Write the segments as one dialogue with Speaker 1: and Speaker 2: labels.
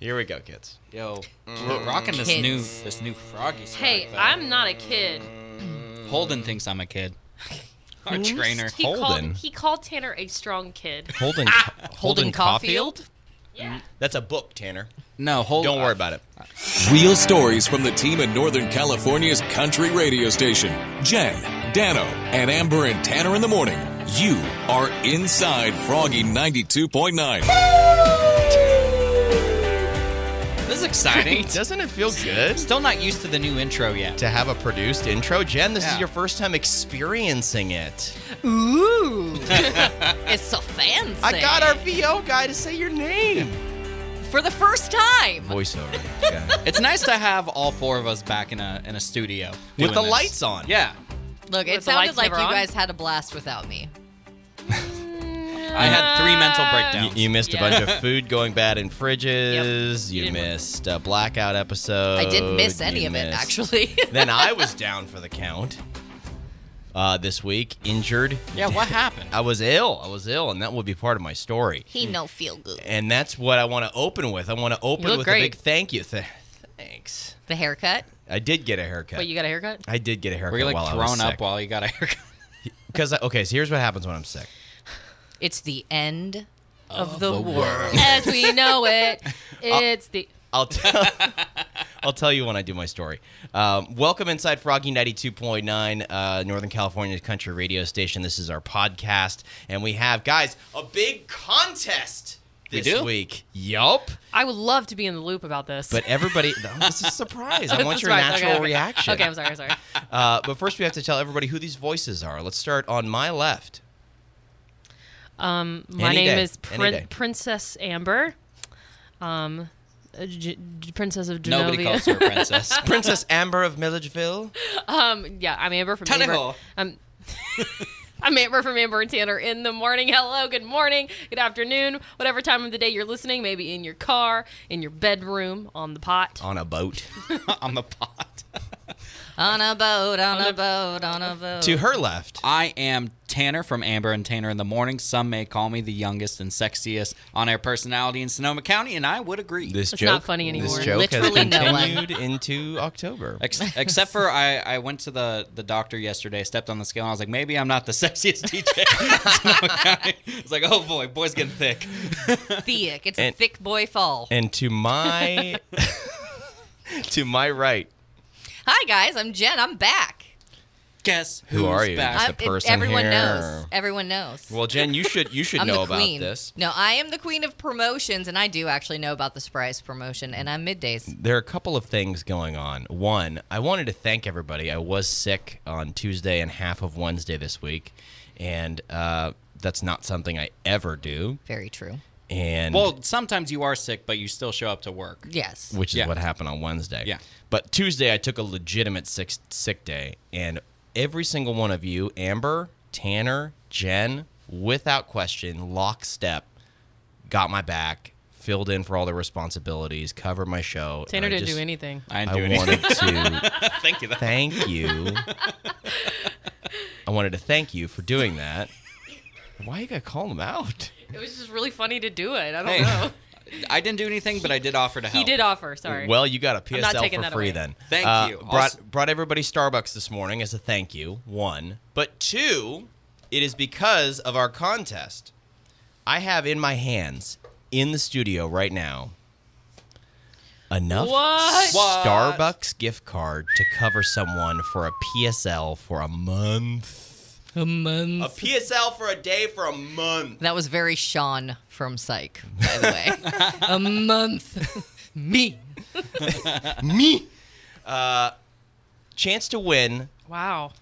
Speaker 1: Here we go, kids.
Speaker 2: Yo, we're rocking this
Speaker 3: Kids.
Speaker 2: new this new froggy. Swag,
Speaker 3: Hey,
Speaker 2: but
Speaker 3: I'm not a kid.
Speaker 2: Holden thinks I'm a kid. Our trainer.
Speaker 3: He
Speaker 1: Holden?
Speaker 3: called he called Tanner a strong kid.
Speaker 1: Holden,
Speaker 2: Ah,
Speaker 4: Holden Caulfield?
Speaker 3: Yeah.
Speaker 1: That's a book, Tanner.
Speaker 2: No, Holden.
Speaker 1: Don't worry about it.
Speaker 5: Real stories from the team at Northern California's country radio station. Jen, Dano, and Amber and Tanner in the morning. You are inside Froggy 92.9.
Speaker 2: This is exciting.
Speaker 1: Doesn't it feel good
Speaker 2: Still not used to the new intro yet.
Speaker 1: to have a produced intro, Jen? This
Speaker 2: Yeah.
Speaker 1: is your first time experiencing it.
Speaker 4: Ooh. it's so fancy.
Speaker 1: I got our VO guy to say your name.
Speaker 4: For the first time.
Speaker 1: Voiceover. Yeah.
Speaker 2: It's nice to have all four of us back in a in a studio
Speaker 1: With
Speaker 2: doing
Speaker 1: the
Speaker 2: this.
Speaker 1: lights on.
Speaker 2: Yeah,
Speaker 4: Look,
Speaker 3: Were
Speaker 4: it
Speaker 3: the
Speaker 4: sounded
Speaker 3: lights
Speaker 4: like you
Speaker 3: never on?
Speaker 4: guys had a blast without me.
Speaker 2: I had three mental
Speaker 1: You,
Speaker 2: breakdowns.
Speaker 1: you missed a bunch of food going bad in fridges.
Speaker 3: You
Speaker 1: You,
Speaker 3: didn't-
Speaker 1: missed a blackout episode.
Speaker 4: I didn't miss any
Speaker 1: You
Speaker 4: of it,
Speaker 1: missed-
Speaker 4: actually.
Speaker 1: then I was down for the count uh, this week, injured.
Speaker 2: yeah, what happened?
Speaker 1: I was ill. I was ill, and that will be part of my story.
Speaker 4: he no feel good.
Speaker 1: And that's what I want to open with. I want to open
Speaker 3: look
Speaker 1: with a
Speaker 3: great.
Speaker 1: big thank you. Th- thanks.
Speaker 4: The haircut?
Speaker 1: I did get a haircut.
Speaker 3: Wait, you got a haircut?
Speaker 1: I did get a haircut.
Speaker 2: Were you like
Speaker 1: while
Speaker 2: thrown up while you got a haircut?
Speaker 1: Because okay, so here's what happens when I'm sick.
Speaker 4: It's the end
Speaker 3: Of, the,
Speaker 2: world.
Speaker 3: world as we know it.
Speaker 1: Uh,
Speaker 3: It's the
Speaker 1: I'll tell. I'll tell you when I do my story. Um, welcome inside Froggy ninety two point nine, uh, Northern California country radio station. This is our podcast, and we have guys a big contest
Speaker 2: We
Speaker 1: this
Speaker 2: do?
Speaker 1: week. Yup.
Speaker 3: I would love to be in the loop about this.
Speaker 1: But everybody, no, this is a surprise. I want
Speaker 3: That's
Speaker 1: your
Speaker 3: right.
Speaker 1: natural
Speaker 3: Okay, okay.
Speaker 1: reaction.
Speaker 3: Okay, I'm sorry, I'm sorry.
Speaker 1: Uh, but first, we have to tell everybody who these voices are. Let's start on my left.
Speaker 3: Um, my
Speaker 1: Any
Speaker 3: name
Speaker 1: day.
Speaker 3: is
Speaker 1: Any day.
Speaker 3: Prin- Princess Amber, um, uh, J- J- Princess of
Speaker 2: Nobody
Speaker 3: Genovia.
Speaker 2: calls her a princess.
Speaker 1: Princess Amber of Milledgeville.
Speaker 3: um, yeah, I'm Amber from Amber.
Speaker 2: Tannehill.
Speaker 3: Um, I'm Amber from Amber and Tanner in the morning. Hello, good morning, good afternoon, whatever time of the day you're listening. Maybe in your car, in your bedroom, on the pot.
Speaker 1: On a boat.
Speaker 2: on the pot.
Speaker 4: on a boat, on a boat, on a boat.
Speaker 1: to her left.
Speaker 2: I am Tanner from Amber and Tanner in the Morning. Some may call me the youngest and sexiest on air personality in Sonoma County, and I would agree.
Speaker 1: This
Speaker 3: It's not funny anymore.
Speaker 1: This joke
Speaker 4: Literally
Speaker 1: has
Speaker 4: no one.
Speaker 1: continued into October.
Speaker 2: Ex- except for I, I went to the, the doctor yesterday, stepped on the scale, and I was like, maybe I'm not the sexiest DJ. in Sonoma County. It's like, oh boy, boy's getting thick.
Speaker 4: thick. It's
Speaker 1: And-
Speaker 4: a thick boy fall.
Speaker 1: And to my to my right.
Speaker 4: Hi, guys. I'm Jen. I'm back.
Speaker 2: Guess
Speaker 1: Who
Speaker 2: who's
Speaker 1: are you?
Speaker 2: Back?
Speaker 1: Just
Speaker 4: I'm,
Speaker 1: a person
Speaker 4: everyone
Speaker 1: here.
Speaker 4: knows. Everyone knows.
Speaker 1: Well, Jen, you should you should
Speaker 4: I'm
Speaker 1: know
Speaker 4: the
Speaker 1: about
Speaker 4: queen.
Speaker 1: this.
Speaker 4: No, I am the queen of promotions, and I do actually know about the surprise promotion, and I'm middays.
Speaker 1: There are a couple of things going on. One, I wanted to thank everybody. I was sick on Tuesday and half of Wednesday this week, and uh, that's not something I ever do.
Speaker 4: Very true.
Speaker 1: And
Speaker 2: Well, sometimes you are sick, but you still show up to work.
Speaker 4: Yes.
Speaker 1: which is
Speaker 2: Yeah.
Speaker 1: what happened on Wednesday.
Speaker 2: Yeah.
Speaker 1: But Tuesday, I took a legitimate sick, sick day, and every single one of you, Amber, Tanner, Jen, without question, lockstep, got my back, filled in for all the responsibilities, covered my show. and
Speaker 3: Tanner
Speaker 1: I
Speaker 3: didn't
Speaker 1: just-
Speaker 3: do anything.
Speaker 2: I didn't do
Speaker 1: I
Speaker 2: anything.
Speaker 1: wanted to
Speaker 2: Thank you. though.
Speaker 1: thank you. I wanted to thank you for doing that. Why you gotta call them out?
Speaker 3: It was just really funny to do it. I don't
Speaker 2: Hey,
Speaker 3: know.
Speaker 2: I didn't do anything, but I did offer to help.
Speaker 3: Oh. He did offer. Sorry.
Speaker 1: Well, you got a
Speaker 3: not
Speaker 1: PSL
Speaker 3: taking
Speaker 1: for
Speaker 3: that
Speaker 1: free
Speaker 3: away.
Speaker 1: then. Uh,
Speaker 2: Thank you.
Speaker 1: Brought
Speaker 2: Also-
Speaker 1: brought everybody Starbucks this morning as a thank you. One, but two, it is because of our contest. I have in my hands in the studio right now enough
Speaker 3: What?
Speaker 2: What?
Speaker 1: Starbucks gift card to cover someone for a PSL for a month.
Speaker 4: A month.
Speaker 1: A PSL for a day for a month.
Speaker 4: That was very Sean from Psych, by the way. a month. Me.
Speaker 1: Me. Uh, chance to win
Speaker 3: wow.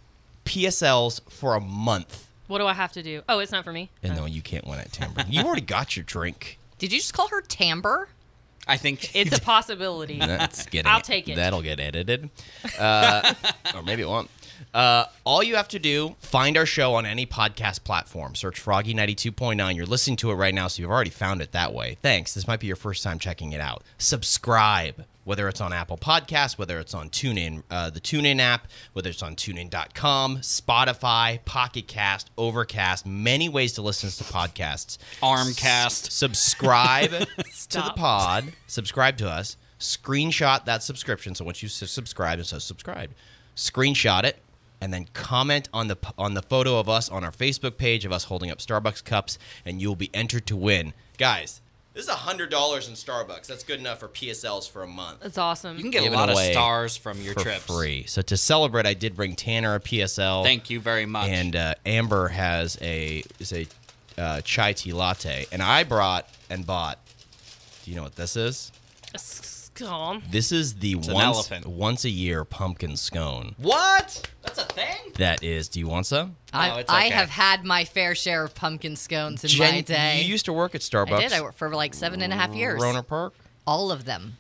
Speaker 1: PSLs for a month.
Speaker 3: What do I have to do? Oh, it's not for me.
Speaker 1: And no, you can't win at Timbre. You already got your drink.
Speaker 4: Did you just call her Tamber?
Speaker 2: I think
Speaker 3: It's a possibility.
Speaker 1: That's getting.
Speaker 3: I'll take it.
Speaker 1: That'll get edited, uh, or maybe it won't. Uh, all you have to do, find our show on any podcast platform. Search Froggy 92.9. You're listening to it right now, so you've already found it that way. Thanks. This might be your first time checking it out. Subscribe, whether it's on Apple Podcasts, whether it's on TuneIn, uh, the TuneIn app, whether it's on TuneIn.com, Spotify, Pocket Cast, Overcast, many ways to listen to podcasts.
Speaker 2: Armcast.
Speaker 1: Subscribe to the
Speaker 3: Stop.
Speaker 1: pod. Subscribe to us. Screenshot that subscription. So once you su- subscribe, and so subscribe, screenshot it, and then comment on the p- on the photo of us on our Facebook page of us holding up Starbucks cups, and you'll be entered to win, guys. This is hundred dollars in Starbucks. That's good enough for PSLs for a month
Speaker 3: That's awesome.
Speaker 2: You can get a
Speaker 1: Give it
Speaker 2: lot of
Speaker 1: away
Speaker 2: stars from your
Speaker 1: for
Speaker 2: trips.
Speaker 1: free. So to celebrate, I did bring Tanner a PSL.
Speaker 2: Thank you very much.
Speaker 1: Oh. And uh, Amber has a is a uh, chai tea latte, and I brought and bought. Do you know what this is?
Speaker 3: A s- scone.
Speaker 1: This is the
Speaker 2: an
Speaker 1: once
Speaker 2: elephant.
Speaker 1: once a year pumpkin scone.
Speaker 2: what? That's a thing.
Speaker 1: That is. Do you want some?
Speaker 3: Oh,
Speaker 4: I,
Speaker 2: it's
Speaker 4: I
Speaker 2: okay.
Speaker 4: have had my fair share of pumpkin scones in my day.
Speaker 1: you used to work at Starbucks.
Speaker 4: I did. I worked for like seven and a half years.
Speaker 1: Roner Park.
Speaker 4: All of them.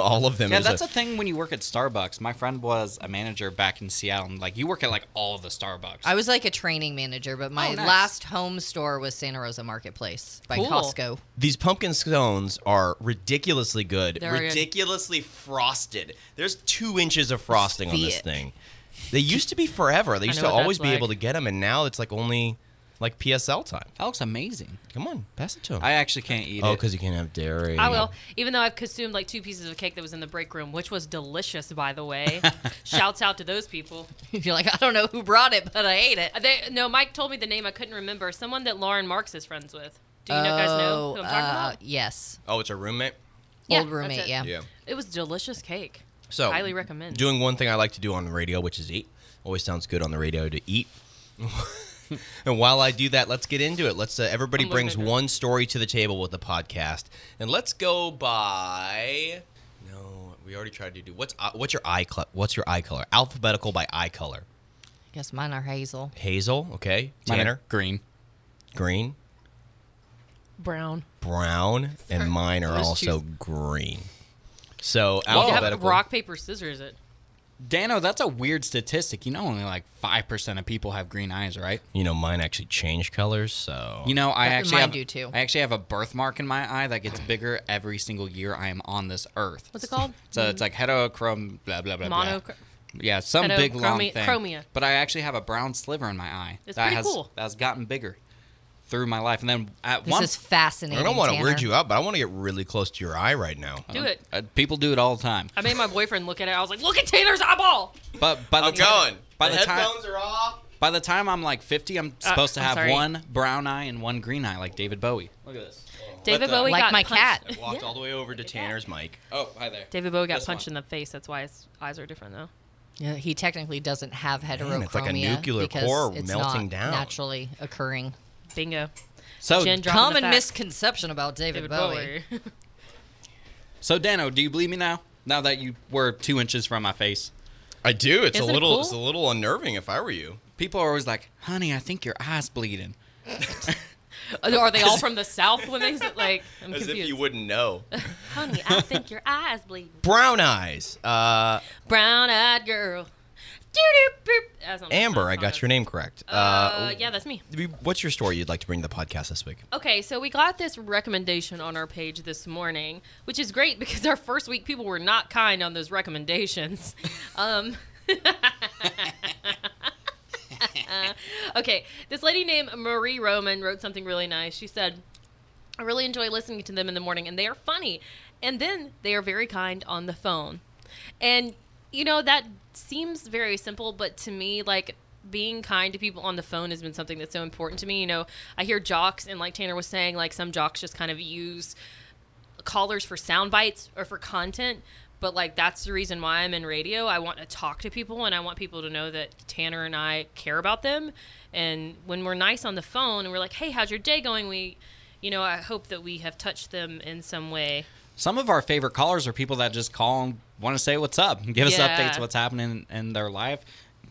Speaker 1: All of them.
Speaker 2: Yeah,
Speaker 1: It was
Speaker 2: that's a thing when you work at Starbucks. My friend was a manager back in Seattle, and like you work at like all of the Starbucks.
Speaker 4: I was like a training manager, but my
Speaker 2: Oh, nice.
Speaker 4: last home store was Santa Rosa Marketplace by
Speaker 3: Cool.
Speaker 4: Costco.
Speaker 1: These pumpkin scones are ridiculously good,
Speaker 3: They're good.
Speaker 1: ridiculously frosted. There's two inches of frosting on this
Speaker 4: Thick.
Speaker 1: thing. They used to be forever. They used to
Speaker 3: know what that's
Speaker 1: always be able to
Speaker 3: like.
Speaker 1: get them, and now it's like only like PSL time.
Speaker 2: that looks amazing.
Speaker 1: Come on, pass it to him.
Speaker 2: I actually can't eat
Speaker 1: oh,
Speaker 2: it.
Speaker 1: because you can't have dairy.
Speaker 3: I will, even though I've consumed like two pieces of cake that was in the break room, which was delicious, by the way. Shouts out to those people.
Speaker 4: You're like, I don't know who brought it, but I ate it.
Speaker 3: They, no, Mike told me the name I couldn't remember. Someone that Lauren Marks is friends with. Do you know, guys know
Speaker 4: Oh,
Speaker 3: who I'm
Speaker 4: uh,
Speaker 3: talking about?
Speaker 4: Yes.
Speaker 1: Oh, it's a roommate.
Speaker 3: Yeah,
Speaker 4: Old
Speaker 3: that's
Speaker 4: roommate,
Speaker 3: it.
Speaker 4: yeah.
Speaker 3: It was delicious cake.
Speaker 1: So
Speaker 3: highly recommend.
Speaker 1: doing one thing I like to do on the radio, which is eat. Always sounds good on the radio to eat. and while I do that, let's get into it. Let's uh, everybody
Speaker 3: I'm looking
Speaker 1: brings
Speaker 3: at her.
Speaker 1: one story to the table with the podcast, and let's go by. No, we already tried to do what's uh, what's your eye color? What's your eye color? Alphabetical by eye color.
Speaker 4: I guess mine are hazel.
Speaker 1: Hazel, okay.
Speaker 2: Mine are
Speaker 1: Tanner,
Speaker 2: green.
Speaker 1: green,
Speaker 3: Brown.
Speaker 1: brown, and mine are
Speaker 4: Those
Speaker 1: also green. So
Speaker 3: You have
Speaker 1: alphabetical.
Speaker 3: rock, paper, scissors it.
Speaker 2: Dano, that's a weird statistic. You know, only like five percent of people have green eyes, right?
Speaker 1: You know, mine actually change colors. So
Speaker 2: You know, I
Speaker 4: Yeah,
Speaker 2: actually
Speaker 4: mine
Speaker 2: have,
Speaker 4: do too.
Speaker 2: I actually have a birthmark in my eye that gets bigger every single year I am on this earth.
Speaker 3: What's it called?
Speaker 2: So it's like heterochrome, blah blah blah.
Speaker 3: Mono.
Speaker 2: blah. Yeah, some
Speaker 3: Heterochromia-
Speaker 2: big long thing.
Speaker 3: chromia.
Speaker 2: But I actually have a brown sliver in my eye.
Speaker 3: It's
Speaker 2: that
Speaker 3: pretty
Speaker 2: has,
Speaker 3: cool.
Speaker 2: That's gotten bigger through my life, and then at
Speaker 4: This
Speaker 2: one
Speaker 4: is fascinating.
Speaker 1: I don't want to
Speaker 4: Tanner.
Speaker 1: weird you out, but I want to get really close to your eye right now.
Speaker 3: Do it.
Speaker 2: uh, people do it all the time.
Speaker 3: I made my boyfriend look at it. I was like, look at Tanner's eyeball.
Speaker 2: But by the
Speaker 1: I'm
Speaker 2: time,
Speaker 1: going.
Speaker 2: By
Speaker 1: the,
Speaker 2: the, time,
Speaker 1: headphones are off.
Speaker 2: by the time I'm like 50, I'm supposed to
Speaker 3: Uh, I'm
Speaker 2: have
Speaker 3: sorry.
Speaker 2: one brown eye and one green eye, like David Bowie. Look at this.
Speaker 3: David
Speaker 2: the-
Speaker 3: Bowie
Speaker 4: Like
Speaker 3: got
Speaker 4: my
Speaker 3: punched-
Speaker 4: cat.
Speaker 1: Walked all the way over to Tanner's mic.
Speaker 2: Oh, hi there.
Speaker 3: David Bowie got
Speaker 2: This
Speaker 3: punched
Speaker 2: one.
Speaker 3: in the face. That's why his eyes are different, though.
Speaker 4: Yeah, he technically doesn't have heterochromia.
Speaker 1: it's like a nuclear
Speaker 4: because
Speaker 1: core
Speaker 4: it's
Speaker 1: melting
Speaker 4: not
Speaker 1: down.
Speaker 4: naturally occurring.
Speaker 3: Bingo.
Speaker 2: So,
Speaker 3: Jen dropped- Dropping the
Speaker 4: Common
Speaker 3: facts.
Speaker 4: misconception about David,
Speaker 3: David
Speaker 4: Bowie.
Speaker 3: Bowie.
Speaker 2: so Dano, do you believe me now? Now that you were two inches from my face,
Speaker 1: I do. It's
Speaker 3: Isn't
Speaker 1: a
Speaker 3: it
Speaker 1: little.
Speaker 3: cool?
Speaker 1: It's a little unnerving. If I were you,
Speaker 2: people are always like, "Honey, I think your eye's bleeding."
Speaker 3: Are they all from the South when they said, like, I'm
Speaker 1: as
Speaker 3: confused.
Speaker 1: if you wouldn't know.
Speaker 3: Honey, I think your eyes bleed.
Speaker 1: Brown eyes. Uh,
Speaker 3: Brown eyed girl. Doo-doo, boop. That's not what the
Speaker 1: Amber,
Speaker 3: song
Speaker 1: I got
Speaker 3: is.
Speaker 1: your name correct. Uh,
Speaker 3: Uh, yeah, that's me.
Speaker 1: we- What's your story you'd like to bring to the podcast this week?
Speaker 3: Okay, so we got this recommendation on our page this morning, which is great because our first week people were not kind on those recommendations. Um, okay, this lady named Marie Roman wrote something really nice. She said, I really enjoy listening to them in the morning, and they are funny. And then they are very kind on the phone. And, you know, that seems very simple, but to me, like, being kind to people on the phone has been something that's so important to me. You know, I hear jocks, and like Tanner was saying, like, some jocks just kind of use callers for sound bites or for content but like that's the reason why i'm in radio i want to talk to people and i want people to know that tanner and i care about them and when we're nice on the phone and we're like hey how's your day going we you know i hope that we have touched them in some way
Speaker 2: Some of our favorite callers are people that just call and want to say what's up, and give us
Speaker 3: Yeah.
Speaker 2: updates what's happening in their life.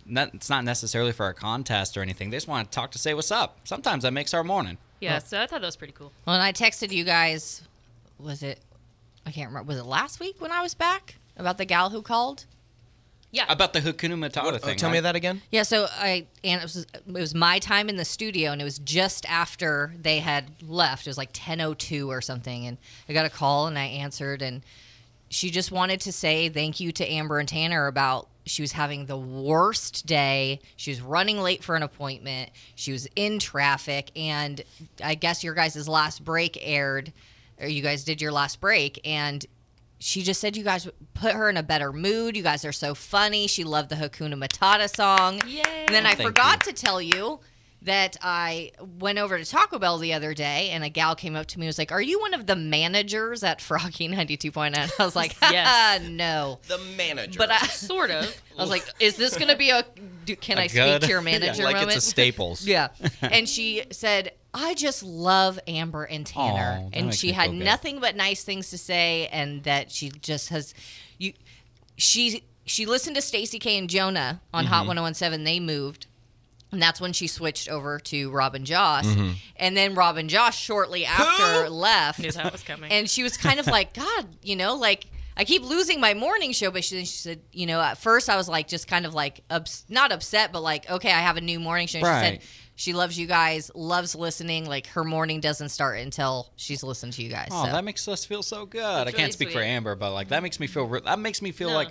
Speaker 2: Not, it's not necessarily for a contest or anything. They just want to talk to say what's up. Sometimes that makes our morning.
Speaker 3: yeah so i thought that was pretty cool
Speaker 4: Well, and I texted you guys, was it, I can't remember, was it last week when I was back about the gal who called?
Speaker 3: Yeah.
Speaker 2: About the Hakuna Matata
Speaker 1: What- oh,
Speaker 2: thing.
Speaker 1: tell me
Speaker 2: right?
Speaker 1: that again.
Speaker 4: Yeah, so I and it was it was my time in the studio, and it was just after they had left. It was like ten oh two or something, and I got a call, and I answered, and she just wanted to say thank you to Amber and Tanner about she was having the worst day. She was running late for an appointment. She was in traffic, and I guess your guys' last break aired, or you guys did your last break, and she just said you guys put her in a better mood. You guys are so funny. She loved the Hakuna Matata song.
Speaker 3: Yay.
Speaker 4: And then I
Speaker 2: Thank
Speaker 4: forgot to tell you that I went over to Taco Bell the other day and a gal came up to me and was like, Are you one of the managers at Froggy 92.9? I was like,
Speaker 3: Yes.
Speaker 4: "Ah, No.
Speaker 1: The manager.
Speaker 4: But I,
Speaker 3: sort of.
Speaker 4: I was like, Is this going to be a. Do, can
Speaker 2: A
Speaker 4: I speak
Speaker 2: good-
Speaker 4: to your manager
Speaker 1: like
Speaker 4: moment?
Speaker 1: it's a Staples.
Speaker 4: Yeah. And she said, I just love Amber and Tanner.
Speaker 2: Aw, that
Speaker 4: and
Speaker 2: makes
Speaker 4: she
Speaker 2: me
Speaker 4: had
Speaker 2: feel good.
Speaker 4: nothing but nice things to say and that she just has you she she listened to Stacey K and Jonah on Hot
Speaker 2: Mm-hmm.
Speaker 4: 1017. They moved. And that's when she switched over to Robin Joss.
Speaker 2: Mm-hmm.
Speaker 4: And then Robin Joss shortly after left.
Speaker 3: knew that was coming.
Speaker 4: And she was kind of like, God, you know, like I keep losing my morning show. But she, then she said, you know, at first I was like, just kind of like, ups, not upset, but like, okay, I have a new morning show. And She
Speaker 2: Right.
Speaker 4: said, she loves you guys, loves listening. Like her morning doesn't start until she's listened to you guys.
Speaker 2: Oh,
Speaker 4: so.
Speaker 2: that makes us feel so good. I
Speaker 3: That's
Speaker 2: can't
Speaker 3: really
Speaker 2: speak for
Speaker 3: sweet.
Speaker 2: Amber, but like that makes me feel. Re- that makes me feel
Speaker 3: No.
Speaker 2: like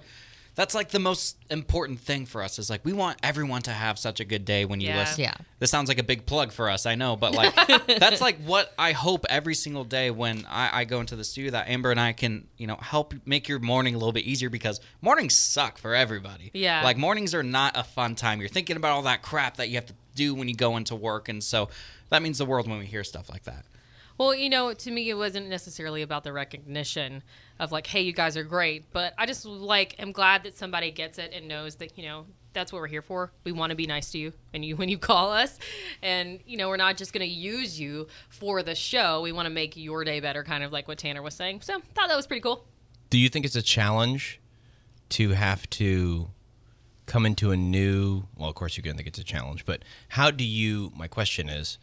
Speaker 2: that's like the most important thing for us. Is like we want everyone to have such a good day when you
Speaker 3: Yeah.
Speaker 2: listen.
Speaker 4: Yeah.
Speaker 2: This sounds like a big plug for us. I know, but like that's like what I hope every single day when I, I go into the studio that Amber and I can you know help make your morning a little bit easier because mornings suck for everybody.
Speaker 3: Yeah.
Speaker 2: Like mornings are not a fun time. You're thinking about all that crap that you have to do when you go into work, and so that means the world when we hear stuff like that.
Speaker 3: Well, you know, to me, it wasn't necessarily about the recognition of like, hey, you guys are great, but I just like am glad that somebody gets it and knows that you know that's what we're here for. We want to be nice to you, and you when you call us, and you know we're not just going to use you for the show. We want to make your day better, kind of like what Tanner was saying. So thought that was pretty cool.
Speaker 1: Do you think it's a challenge to have to come into a new? Well, of course you're going to think it's a challenge, but how do you? My question is,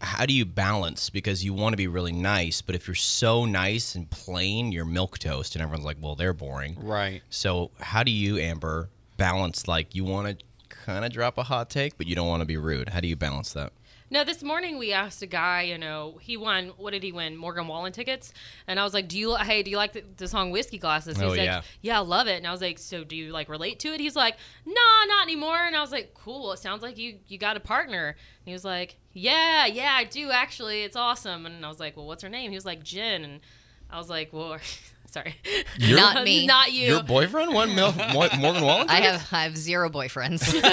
Speaker 1: how do you balance? Because you want to be really nice, but if you're so nice and plain, you're milk toast, and everyone's like, "Well, they're boring."
Speaker 2: Right.
Speaker 1: So, how do you, Amber, balance? Like, you want to kind of drop a hot take, but you don't want to be rude. How do you balance that?
Speaker 3: No, this morning we asked a guy. You know, he won. What did he win? Morgan Wallen tickets. And I was like, "Do you? Hey, do you like the, the song Whiskey Glasses?" He's
Speaker 1: Oh,
Speaker 3: like,
Speaker 1: yeah.
Speaker 3: "Yeah, I love it." And I was like, "So do you like relate to it?" He's like, "Nah, not anymore." And I was like, "Cool. It sounds like you you got a partner." And he was like, "Yeah, yeah, I do actually. It's awesome." And I was like, "Well, what's her name?" He was like, "Jen." And I was like, "Well, sorry,
Speaker 4: Not me.
Speaker 3: not you."
Speaker 1: Your boyfriend won Mil- Mo- Morgan Wallen.
Speaker 4: I have I have zero boyfriends,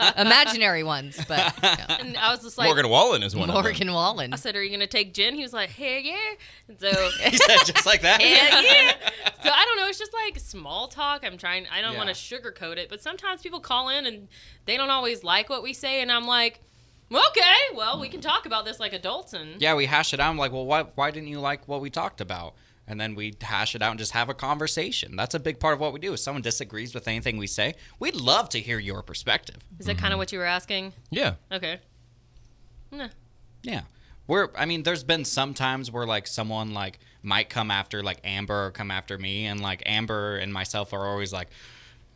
Speaker 4: imaginary ones, but yeah.
Speaker 3: and I was just like,
Speaker 1: Morgan Wallen is one of them.
Speaker 4: Morgan Wallen.
Speaker 3: I said, "Are you gonna take Jen?" He was like, "Hey, yeah." And so.
Speaker 2: He said just like that.
Speaker 3: Hell yeah. So I don't know. It's just like small talk. I'm trying. I don't
Speaker 2: Yeah.
Speaker 3: want to sugarcoat it, but sometimes people call in and they don't always like what we say, and I'm like, okay, well, we can talk about this like adults, and
Speaker 2: Yeah, we hash it out. I'm like, well, why, why didn't you like what we talked about? And then we hash it out and just have a conversation. That's a big part of what we do. If someone disagrees with anything we say, we'd love to hear your perspective.
Speaker 3: is that kind of what you were asking?
Speaker 1: Yeah.
Speaker 3: Okay. Nah.
Speaker 2: Yeah. We're, I mean, there's been some times where like someone like might come after like Amber or come after me, and like Amber and myself are always like,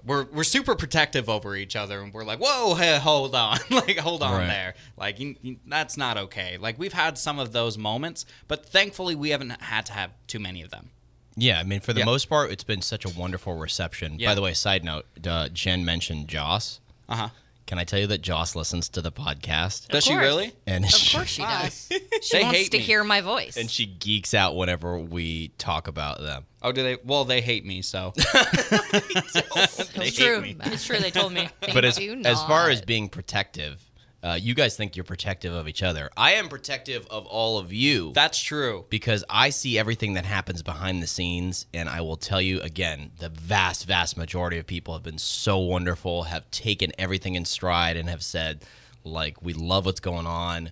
Speaker 2: we're we're super protective over each other, and we're like, whoa, hey, hold on, like hold on
Speaker 1: Right.
Speaker 2: there, like you, you- that's not okay. Like we've had some of those moments, but thankfully we haven't had to have too many of them.
Speaker 1: Yeah, I mean, for the
Speaker 2: Yeah.
Speaker 1: most part, it's been such a wonderful reception.
Speaker 2: Yeah.
Speaker 1: By the way, side note, uh, Jen mentioned Joss.
Speaker 2: Uh huh.
Speaker 1: Can I tell you that Joss listens to the podcast?
Speaker 2: Does she
Speaker 3: course.
Speaker 2: really?
Speaker 1: And
Speaker 4: of
Speaker 1: she,
Speaker 4: course she does. She
Speaker 2: They
Speaker 4: wants
Speaker 2: hate
Speaker 4: to
Speaker 2: me.
Speaker 4: hear my voice.
Speaker 1: and she geeks out whenever we talk about them.
Speaker 2: Oh, do they? Well, they hate me, so
Speaker 3: It's
Speaker 2: hate
Speaker 3: true.
Speaker 2: me.
Speaker 3: It's true. They told me.
Speaker 1: But as,
Speaker 4: do
Speaker 1: as far
Speaker 4: not.
Speaker 1: as being protective, uh, you guys think you're protective of each other. I am protective of all of you.
Speaker 2: that's true.
Speaker 1: because I see everything that happens behind the scenes. And I will tell you again, the vast, vast majority of people have been so wonderful, have taken everything in stride, and have said, like, we love what's going on.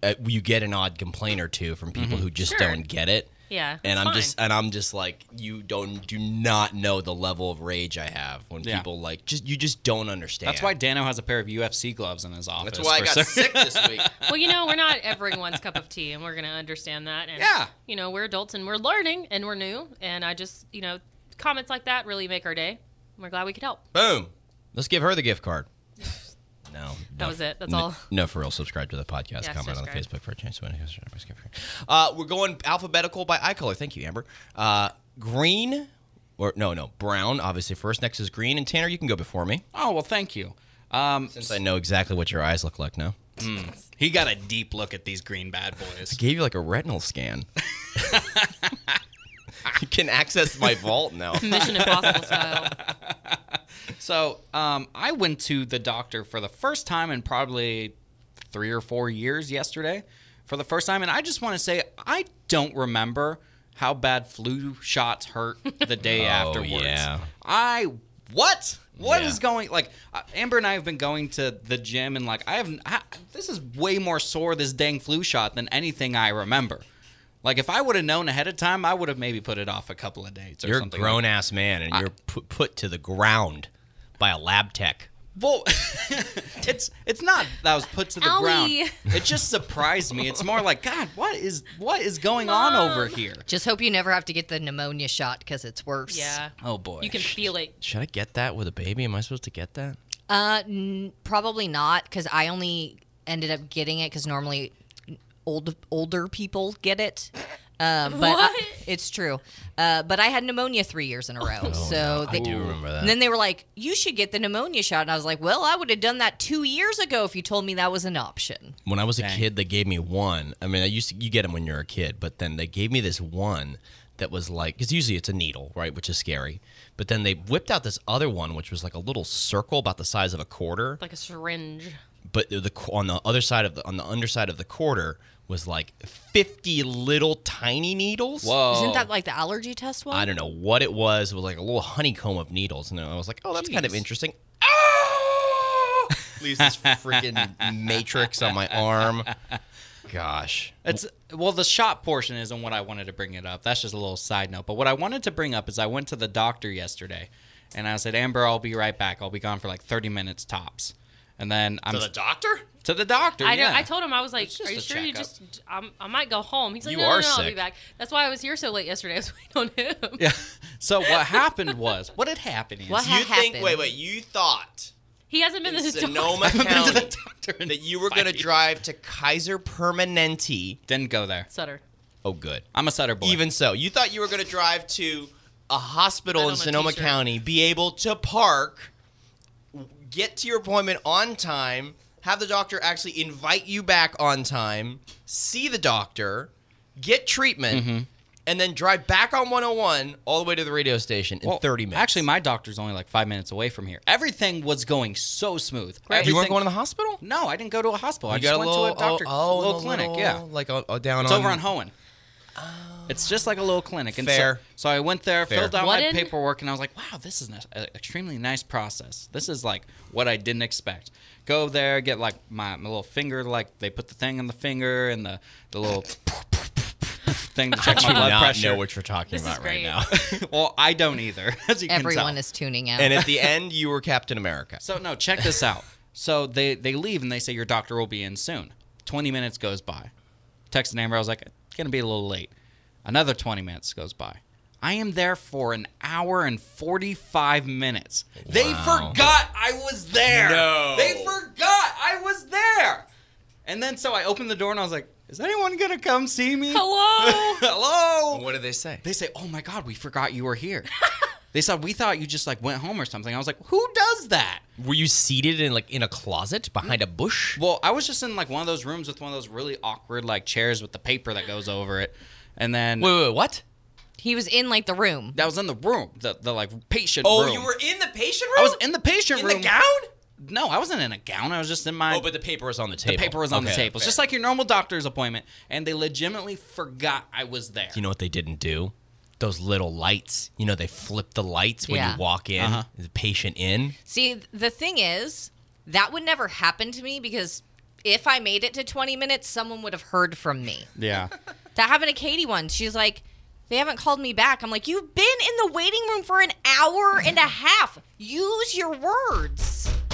Speaker 1: Uh, you get an odd complaint or two from people who just
Speaker 3: Mm-hmm. Sure.
Speaker 1: don't get it.
Speaker 3: Yeah,
Speaker 1: and
Speaker 3: that's
Speaker 1: I'm
Speaker 3: fine.
Speaker 1: just and I'm just like you don't do not know the level of rage I have when
Speaker 2: Yeah.
Speaker 1: people like just you just don't understand.
Speaker 2: That's why Dano has a pair of UFC gloves in his office.
Speaker 1: that's why I
Speaker 2: for
Speaker 1: got
Speaker 2: cer-
Speaker 1: sick this week.
Speaker 3: well, you know, we're not everyone's cup of tea, and we're gonna understand that. And
Speaker 2: Yeah.
Speaker 3: you know, we're adults and we're learning and we're new, and I just, you know, comments like that really make our day. We're glad we could help.
Speaker 1: Boom. Let's give her the gift card. No.
Speaker 3: That
Speaker 1: no.
Speaker 3: was it. That's
Speaker 1: No-
Speaker 3: all.
Speaker 1: No, for real. Subscribe to the podcast.
Speaker 3: Yes,
Speaker 1: comment on the Facebook
Speaker 3: subscribe.
Speaker 1: for a chance to win a gift card. Uh, we're going alphabetical by eye color. Thank you, Amber. Uh, green, or no, no, brown, obviously first. Next is green. And Tanner, you can go before me
Speaker 2: Oh well, thank you. Um,
Speaker 1: since I know exactly what your eyes look like now.
Speaker 2: he got a deep look at these green bad boys.
Speaker 1: Gave you like a retinal scan. you can access my vault now.
Speaker 3: Mission Impossible style.
Speaker 2: So um, I went to the doctor for the first time in probably three or four years yesterday for the first time. And I just want to say, I don't remember how bad flu shots hurt the day afterwards.
Speaker 1: yeah.
Speaker 2: I, what? What is
Speaker 1: Yeah.
Speaker 2: going, like, uh, Amber and I have been going to the gym and, like, I haven't, I, this is way more sore, this dang flu shot, than anything I remember. Like, if I would have known ahead of time, I would have maybe put it off a couple of days or
Speaker 1: You're a
Speaker 2: something.
Speaker 1: grown ass man and you're put, put to the ground by a lab tech.
Speaker 2: Well, it's it's not that I was put to the
Speaker 3: Owie.
Speaker 2: ground. It just surprised me. It's more like God, what is what is going on over here?
Speaker 4: Just hope you never have to get the pneumonia shot because it's worse.
Speaker 3: Yeah.
Speaker 2: Oh boy,
Speaker 3: You can feel it.
Speaker 1: Should I get that with a baby? Am I supposed to get that?
Speaker 4: Uh, n- probably not because I only ended up getting it because normally old older people get it. Uh, but I-
Speaker 3: What?
Speaker 4: it's true. Uh, but I had pneumonia three years in a row. so
Speaker 1: Oh, I
Speaker 4: they,
Speaker 1: do remember that.
Speaker 4: And then they were like, "You should get the pneumonia shot," and I was like, "Well, I would have done that two years ago if you told me that was an option."
Speaker 1: When I was a
Speaker 2: Dang.
Speaker 1: kid, they gave me one. I mean, I used to, you get them when you're a kid, but then they gave me this one that was like because usually it's a needle, right, which is scary. But then they whipped out this other one, which was like a little circle about the size of a quarter,
Speaker 3: Like a syringe.
Speaker 1: but the qu- on the other side of the on the underside of the quarter was like 50 little tiny needles.
Speaker 2: Whoa,
Speaker 4: Isn't that like the allergy test one?
Speaker 1: Oh. I don't know what it was. It was like a little honeycomb of needles, and I was like, "Oh, that's kind of
Speaker 2: Jeez.
Speaker 1: interesting." Ah! Leaves this freaking matrix on my arm. Gosh,
Speaker 2: It's well, the shot portion isn't what I wanted to bring it up. That's just a little side note. But what I wanted to bring up is I went to the doctor yesterday, and I said, Amber, I'll be right back. I'll be gone for like thirty minutes tops, and then I'm
Speaker 1: doctor?
Speaker 2: to the doctor.
Speaker 3: I,
Speaker 2: yeah.
Speaker 3: know, I told him I was like,
Speaker 2: It's just
Speaker 3: "Are you
Speaker 2: a
Speaker 3: sure you
Speaker 2: checkup.
Speaker 3: just? I'm, I might go home." He's like,
Speaker 1: You
Speaker 3: "No,
Speaker 1: are
Speaker 3: no, no, I'll be
Speaker 1: sick.
Speaker 3: back." That's why I was here so late yesterday. I was waiting on him.
Speaker 2: Yeah. So what happened was what had happened is
Speaker 4: What
Speaker 1: You think?
Speaker 4: happened?
Speaker 1: Wait, wait. You thought
Speaker 3: He hasn't been
Speaker 1: in
Speaker 3: to the
Speaker 1: Sonoma
Speaker 2: I went to the
Speaker 1: County
Speaker 2: doctor and
Speaker 1: that you were going to drive to Kaiser Permanente?
Speaker 2: didn't go there.
Speaker 3: Sutter.
Speaker 1: Oh, good.
Speaker 2: I'm a Sutter boy.
Speaker 1: Even so, you thought you were going to drive to a hospital
Speaker 3: Not
Speaker 1: in
Speaker 3: on a
Speaker 1: Sonoma
Speaker 3: t-shirt.
Speaker 1: County, be able to park, get to your appointment on time, have the doctor actually invite you back on time, see the doctor, get treatment, and then drive back on 101 all the way to the radio station in
Speaker 2: Well,
Speaker 1: 30 minutes.
Speaker 2: Actually, my doctor's only like five minutes away from here. Everything was going so smooth.
Speaker 1: you weren't
Speaker 2: Everything-
Speaker 1: going to the hospital?
Speaker 2: No, I didn't go to a hospital. I
Speaker 1: You
Speaker 2: just went to a doctor,
Speaker 1: oh, oh,
Speaker 2: little
Speaker 1: the
Speaker 2: clinic.
Speaker 1: little,
Speaker 2: yeah,
Speaker 1: like oh, oh, down
Speaker 2: it's
Speaker 1: on Oh.
Speaker 2: over on Hohen. It's just like a little clinic. And so-
Speaker 1: Fair.
Speaker 2: So, I went there,
Speaker 1: Fair.
Speaker 2: filled out
Speaker 3: What
Speaker 2: my
Speaker 3: in-
Speaker 2: paperwork, and I was like, "Wow, this is an uh, extremely nice process. This is like what I didn't expect." Go there, get like my, my little finger, like they put the thing on the finger and the the little thing to check
Speaker 1: I
Speaker 2: my
Speaker 1: do
Speaker 2: blood
Speaker 1: not
Speaker 2: pressure.
Speaker 1: know what you're talking
Speaker 3: This is
Speaker 1: about right
Speaker 3: great.
Speaker 1: now.
Speaker 2: well, I don't either. As you can
Speaker 4: Everyone
Speaker 2: tell.
Speaker 4: is tuning out.
Speaker 1: and at the end, you were Captain America.
Speaker 2: So no, check this out. So they they leave and they say your doctor will be in soon. Twenty minutes goes by. Text Amber. I was like, it's gonna be a little late. Another twenty minutes goes by. I am there for an hour and forty five minutes. They
Speaker 1: Wow.
Speaker 2: forgot I was there.
Speaker 1: No.
Speaker 2: They forgot I was there. And then so I opened the door and I was like, is anyone gonna come see me?
Speaker 3: Hello.
Speaker 2: Hello.
Speaker 1: What did they say?
Speaker 2: They say, "Oh my God, we forgot you were here." they said, "We thought you just like went home or something." I was like, "Who does that?"
Speaker 1: Were you seated in like in a closet behind a bush?
Speaker 2: Well, I was just in like one of those rooms with one of those really awkward like chairs with the paper that goes over it, and then
Speaker 1: Wait, wait, what?
Speaker 4: he was in like the room.
Speaker 2: that was in the room, the, the like patient
Speaker 1: Oh,
Speaker 2: room.
Speaker 1: you were in the patient
Speaker 2: I
Speaker 1: room.
Speaker 2: was in the patient
Speaker 1: in
Speaker 2: room.
Speaker 1: the gown.
Speaker 2: No, I wasn't in a gown. I was just in my.
Speaker 1: Oh, but the paper was on the
Speaker 2: the
Speaker 1: table.
Speaker 2: paper was on the
Speaker 1: Okay,
Speaker 2: table. It's just
Speaker 1: fair.
Speaker 2: like your normal doctor's appointment, and they legitimately forgot I was there.
Speaker 1: you know what they didn't do? Those little lights. You know they flip the lights when
Speaker 4: Yeah.
Speaker 1: you walk in, the patient in.
Speaker 4: See, th- the thing is, that would never happen to me because if I made it to 20 minutes, someone would have heard from me.
Speaker 2: yeah.
Speaker 4: That happened to Katie once. She's like, they haven't called me back. I'm like, you've been in the waiting room for an hour and a half. Use your words.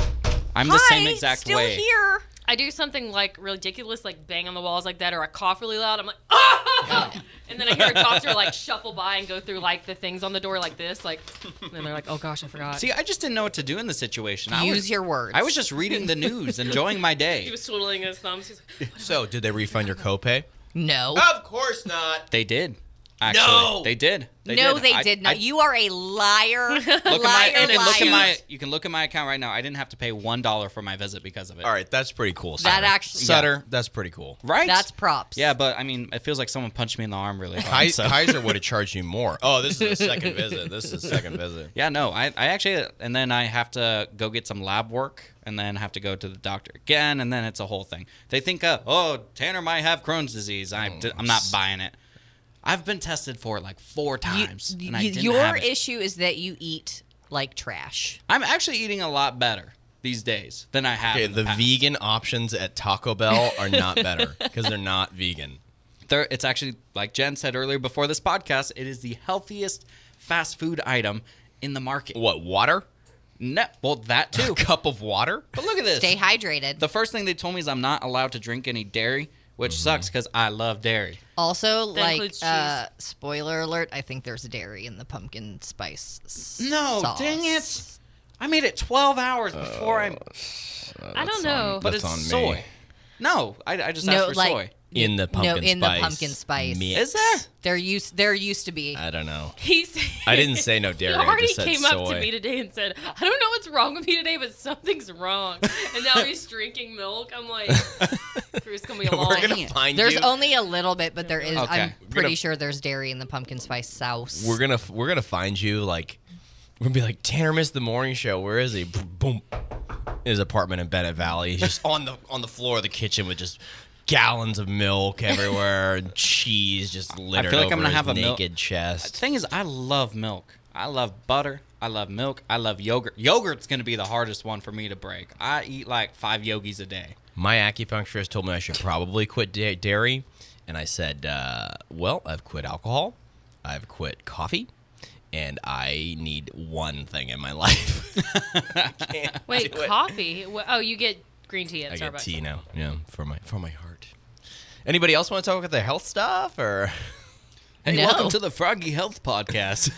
Speaker 2: I'm the same
Speaker 4: Hi,
Speaker 2: exact
Speaker 4: still
Speaker 2: way.
Speaker 4: here.
Speaker 3: I do something like ridiculous, like bang on the walls like that, or I cough really loud. I'm like, ah! and And then I hear a doctor like shuffle by and go through like the things on the door like this, like. And then they're like, "Oh gosh, I forgot."
Speaker 2: See, I just didn't know what to do in this situation. I
Speaker 4: Use
Speaker 2: was,
Speaker 4: your words.
Speaker 2: I was just reading the news, enjoying my
Speaker 3: he
Speaker 2: day.
Speaker 3: was twiddling his thumbs. He's like,
Speaker 1: So, did they refund your copay?
Speaker 4: no.
Speaker 2: Oh,
Speaker 1: Of course not.
Speaker 2: They did. Actually,
Speaker 1: No!
Speaker 2: they did.
Speaker 4: no, they
Speaker 2: I-
Speaker 4: did not.
Speaker 2: I-
Speaker 4: you are a liar. liar,
Speaker 2: look at my, and, and look at
Speaker 4: liar.
Speaker 2: my. You can look at my account right now. I didn't have to pay one dollar for my visit because of it.
Speaker 1: All right, that's pretty cool.
Speaker 4: That
Speaker 1: Sutter.
Speaker 4: actually-
Speaker 1: Sutter, that's pretty cool.
Speaker 2: right?
Speaker 4: That's props.
Speaker 2: Yeah, but I mean, it feels like someone punched me in the arm really
Speaker 1: Ki-
Speaker 2: hard. so-
Speaker 1: Kaiser would have charged you more. Oh, this is a second visit. This is a second visit.
Speaker 2: Yeah, no, I, I actually, and then I have to go get some lab work, and then have to go to the doctor again, and then it's a whole thing. They think, uh, oh, Tanner might have Crohn's disease. I, am not buying it. I've been tested for it like four
Speaker 4: You-
Speaker 2: times, and I
Speaker 4: you-
Speaker 2: didn't
Speaker 4: your
Speaker 2: have it.
Speaker 4: issue is that you eat like trash.
Speaker 2: I'm actually eating a lot better these days than I have.
Speaker 1: Okay,
Speaker 2: in
Speaker 1: the
Speaker 2: the, past.
Speaker 1: vegan options at Taco Bell are not better because they're not vegan.
Speaker 2: They're- it's actually like Jen said earlier before this podcast. It is the healthiest fast food item in the market.
Speaker 1: What water?
Speaker 2: No, well, that
Speaker 1: A
Speaker 2: too.
Speaker 1: cup of water?
Speaker 2: but look at this.
Speaker 4: Stay hydrated.
Speaker 2: The first thing they told me is I'm not allowed to drink any dairy, which
Speaker 1: Mm-hmm.
Speaker 2: sucks because I love dairy.
Speaker 4: also, like
Speaker 3: includes cheese.
Speaker 4: uh, spoiler alert, I think there's dairy in the pumpkin spice. s-
Speaker 2: No,
Speaker 4: sauce.
Speaker 2: dang it! I made it 12 hours before I.
Speaker 3: I don't know.
Speaker 2: But
Speaker 1: Oh, That's
Speaker 2: it's
Speaker 1: on me.
Speaker 2: soy. No, I, I just
Speaker 4: No,
Speaker 2: asked for
Speaker 4: like-
Speaker 2: soy.
Speaker 1: In the pumpkin
Speaker 4: no,
Speaker 1: spice.
Speaker 4: in the pumpkin spice.
Speaker 1: mix.
Speaker 2: Is there?
Speaker 4: There used there used to be.
Speaker 1: I don't know.
Speaker 3: He's.
Speaker 1: I didn't say no
Speaker 3: He
Speaker 1: dairy. I
Speaker 3: already
Speaker 1: just said
Speaker 3: came
Speaker 1: soy.
Speaker 3: up to me today and said, "I don't know what's wrong with me today, but something's wrong." And now he's drinking milk. I'm like, "Crew's gonna be a long."
Speaker 1: We're gonna find
Speaker 4: there's
Speaker 1: you.
Speaker 4: only a little bit, but there is.
Speaker 2: Okay.
Speaker 4: I'm
Speaker 1: We're gonna-
Speaker 4: pretty sure there's dairy in the pumpkin spice sauce.
Speaker 1: we're gonna we're gonna find you. Like we'll be like Tanner missed the morning show. Where is he? Boom. In his apartment in Bennett Valley. He's just on the on the floor of the kitchen with just gallons of milk everywhere and cheese just littered
Speaker 2: like I'm
Speaker 1: over
Speaker 2: gonna
Speaker 1: his
Speaker 2: have a mil-
Speaker 1: naked
Speaker 2: The
Speaker 1: chest.
Speaker 2: thing is, I love milk. I love butter. I love milk. I love yogurt. Yogurt's going to be the hardest one for me to break. I eat like five yogis a day.
Speaker 1: My acupuncturist told me I should probably quit da- dairy, and I said, uh, "Well, I've quit alcohol, I've quit coffee, and I need one thing in my life.
Speaker 3: Wait,
Speaker 1: Do it.
Speaker 3: coffee? Wh- Oh, you get green tea at
Speaker 1: I
Speaker 3: Starbucks.
Speaker 1: get tea now. Yeah, for my for my heart. Anybody else want to talk about their health stuff or?"
Speaker 2: Hey,
Speaker 4: No.
Speaker 2: welcome to the Froggy Health Podcast.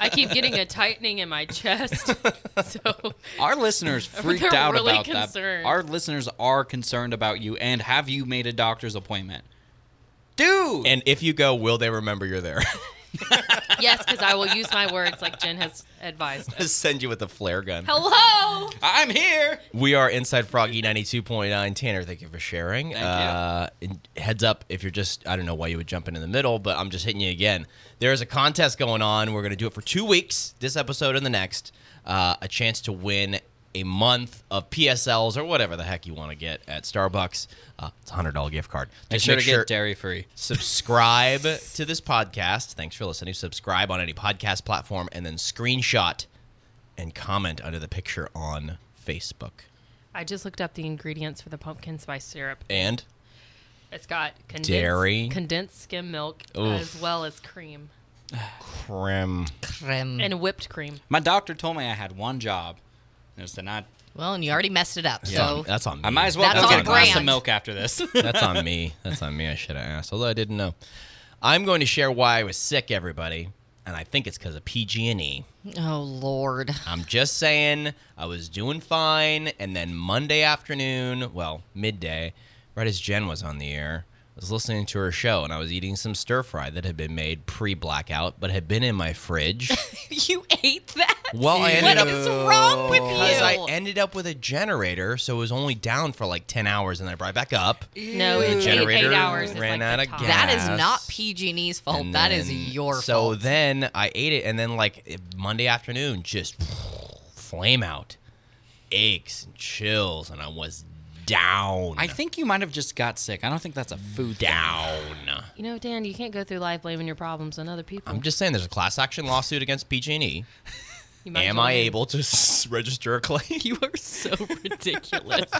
Speaker 3: I keep getting a tightening in my chest. So
Speaker 2: Our listeners freaked
Speaker 3: They're
Speaker 2: out
Speaker 3: really
Speaker 2: about that.
Speaker 3: concerned.
Speaker 2: Our listeners are concerned about you and have you made a doctor's appointment? Dude!
Speaker 1: And if you go, will they remember you're there?
Speaker 3: yes, because I will use my words like Jen has advised. us.
Speaker 1: Send you with a flare gun.
Speaker 3: Hello.
Speaker 2: I'm here!
Speaker 1: We are inside Froggy ninety two point nine. Tanner, thank you for sharing.
Speaker 2: Thank you.
Speaker 1: uh, and heads up, if you're just, I don't know why you would jump in in the middle, but I'm just hitting you again. There is a contest going on. We're going to do it for two weeks, this episode and the next. Uh, a chance to win a month of PSLs or whatever the heck you want to get at Starbucks. Uh, it's a hundred dollar gift card.
Speaker 2: Make
Speaker 1: Just
Speaker 2: sure
Speaker 1: make
Speaker 2: to
Speaker 1: sure-
Speaker 2: get dairy free.
Speaker 1: subscribe to this podcast. Thanks for listening. Subscribe on any podcast platform and then screenshot and comment under the picture on Facebook.
Speaker 3: I just looked up the ingredients for the pumpkin spice syrup.
Speaker 1: And
Speaker 3: It's got condensed,
Speaker 1: Dairy.
Speaker 3: condensed skim milk,
Speaker 1: Oof.
Speaker 3: as well as cream
Speaker 1: creme.
Speaker 4: Creme.
Speaker 3: and whipped cream.
Speaker 2: My doctor told me I had one job. and It was to not.
Speaker 4: well, and you already messed it up. So
Speaker 1: that's on me.
Speaker 2: I might as well
Speaker 4: That's
Speaker 2: go get
Speaker 4: on
Speaker 2: a glass of
Speaker 4: brand.
Speaker 2: milk after this.
Speaker 1: That's on me. That's on me. I should have asked, although I didn't know. I'm going to share why I was sick, everybody, and I think it's because of PG&E.
Speaker 4: oh lord,
Speaker 1: I'm just saying, I was doing fine, and then Monday afternoon, well, midday, right as Jen was on the air, I was listening to her show, and I was eating some stir fry that had been made pre-blackout, but had been in my fridge.
Speaker 4: you ate that.
Speaker 1: Well, I ended
Speaker 4: what
Speaker 1: up
Speaker 4: is wrong with you?
Speaker 1: because I ended up with a generator, so it was only down for like ten hours, and then I brought it back up.
Speaker 3: No,
Speaker 1: The
Speaker 3: it's eight, eight
Speaker 1: generator
Speaker 3: hours. is
Speaker 1: ran
Speaker 3: like
Speaker 1: out
Speaker 3: the
Speaker 1: of
Speaker 3: top.
Speaker 1: gas.
Speaker 4: that is not
Speaker 1: Yes.
Speaker 4: PG&E's fault.
Speaker 1: And
Speaker 4: Oh, That is
Speaker 1: then-
Speaker 4: your
Speaker 1: so
Speaker 4: fault.
Speaker 1: then I ate it, and then like it- Monday afternoon, just flame out, aches and chills, and I was down.
Speaker 2: I think you might have just got sick. I don't think that's a food thing.
Speaker 1: down.
Speaker 3: You know, Dan, you can't go through life blaming your problems on other people.
Speaker 1: I'm just saying, there's a class action lawsuit against PG&E.
Speaker 3: You might as
Speaker 1: E. Am
Speaker 3: well
Speaker 1: I
Speaker 3: be-
Speaker 1: able to s- register a claim?
Speaker 3: You are so ridiculous.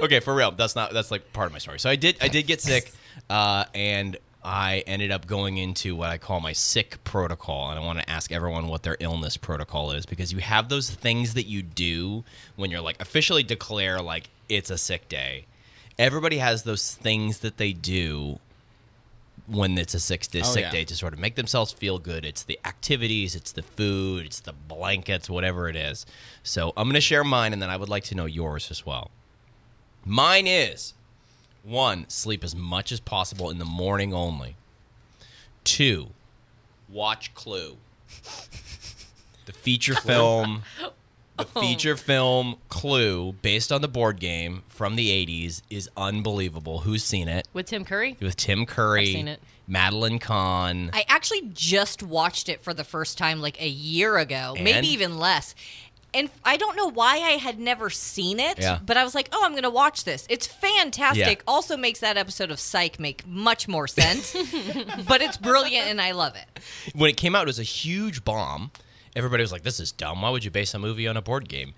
Speaker 1: okay, for real. That's not. That's like part of my story. So I did. I did get sick, uh, and I ended up going into what I call my sick protocol. And I want to ask everyone what their illness protocol is because you have those things that you do when you're like officially declare like it's a sick day. Everybody has those things that they do when it's a six day,
Speaker 2: Oh,
Speaker 1: sick
Speaker 2: yeah.
Speaker 1: day to sort of make themselves feel good. It's the activities, it's the food, it's the blankets, whatever it is. So I'm going to share mine and then I would like to know yours as well. Mine is one, sleep as much as possible in the morning only. Two, watch Clue. The feature film, the feature film Clue, based on the board game from the 80s, is unbelievable. Who's seen it?
Speaker 3: with Tim Curry.
Speaker 1: With Tim Curry,
Speaker 3: I've seen it.
Speaker 1: Madeline Kahn.
Speaker 4: I actually just watched it for the first time like a year ago,
Speaker 1: And?
Speaker 4: maybe even less. And I don't know why I had never seen it,
Speaker 1: Yeah.
Speaker 4: but I was like, "Oh, I'm going to watch this. It's fantastic."
Speaker 1: Yeah.
Speaker 4: Also makes that episode of Psych make much more sense. but it's brilliant and I love it.
Speaker 1: when it came out, it was a huge bomb. Everybody was like, "This is dumb. Why would you base a movie on a board game?"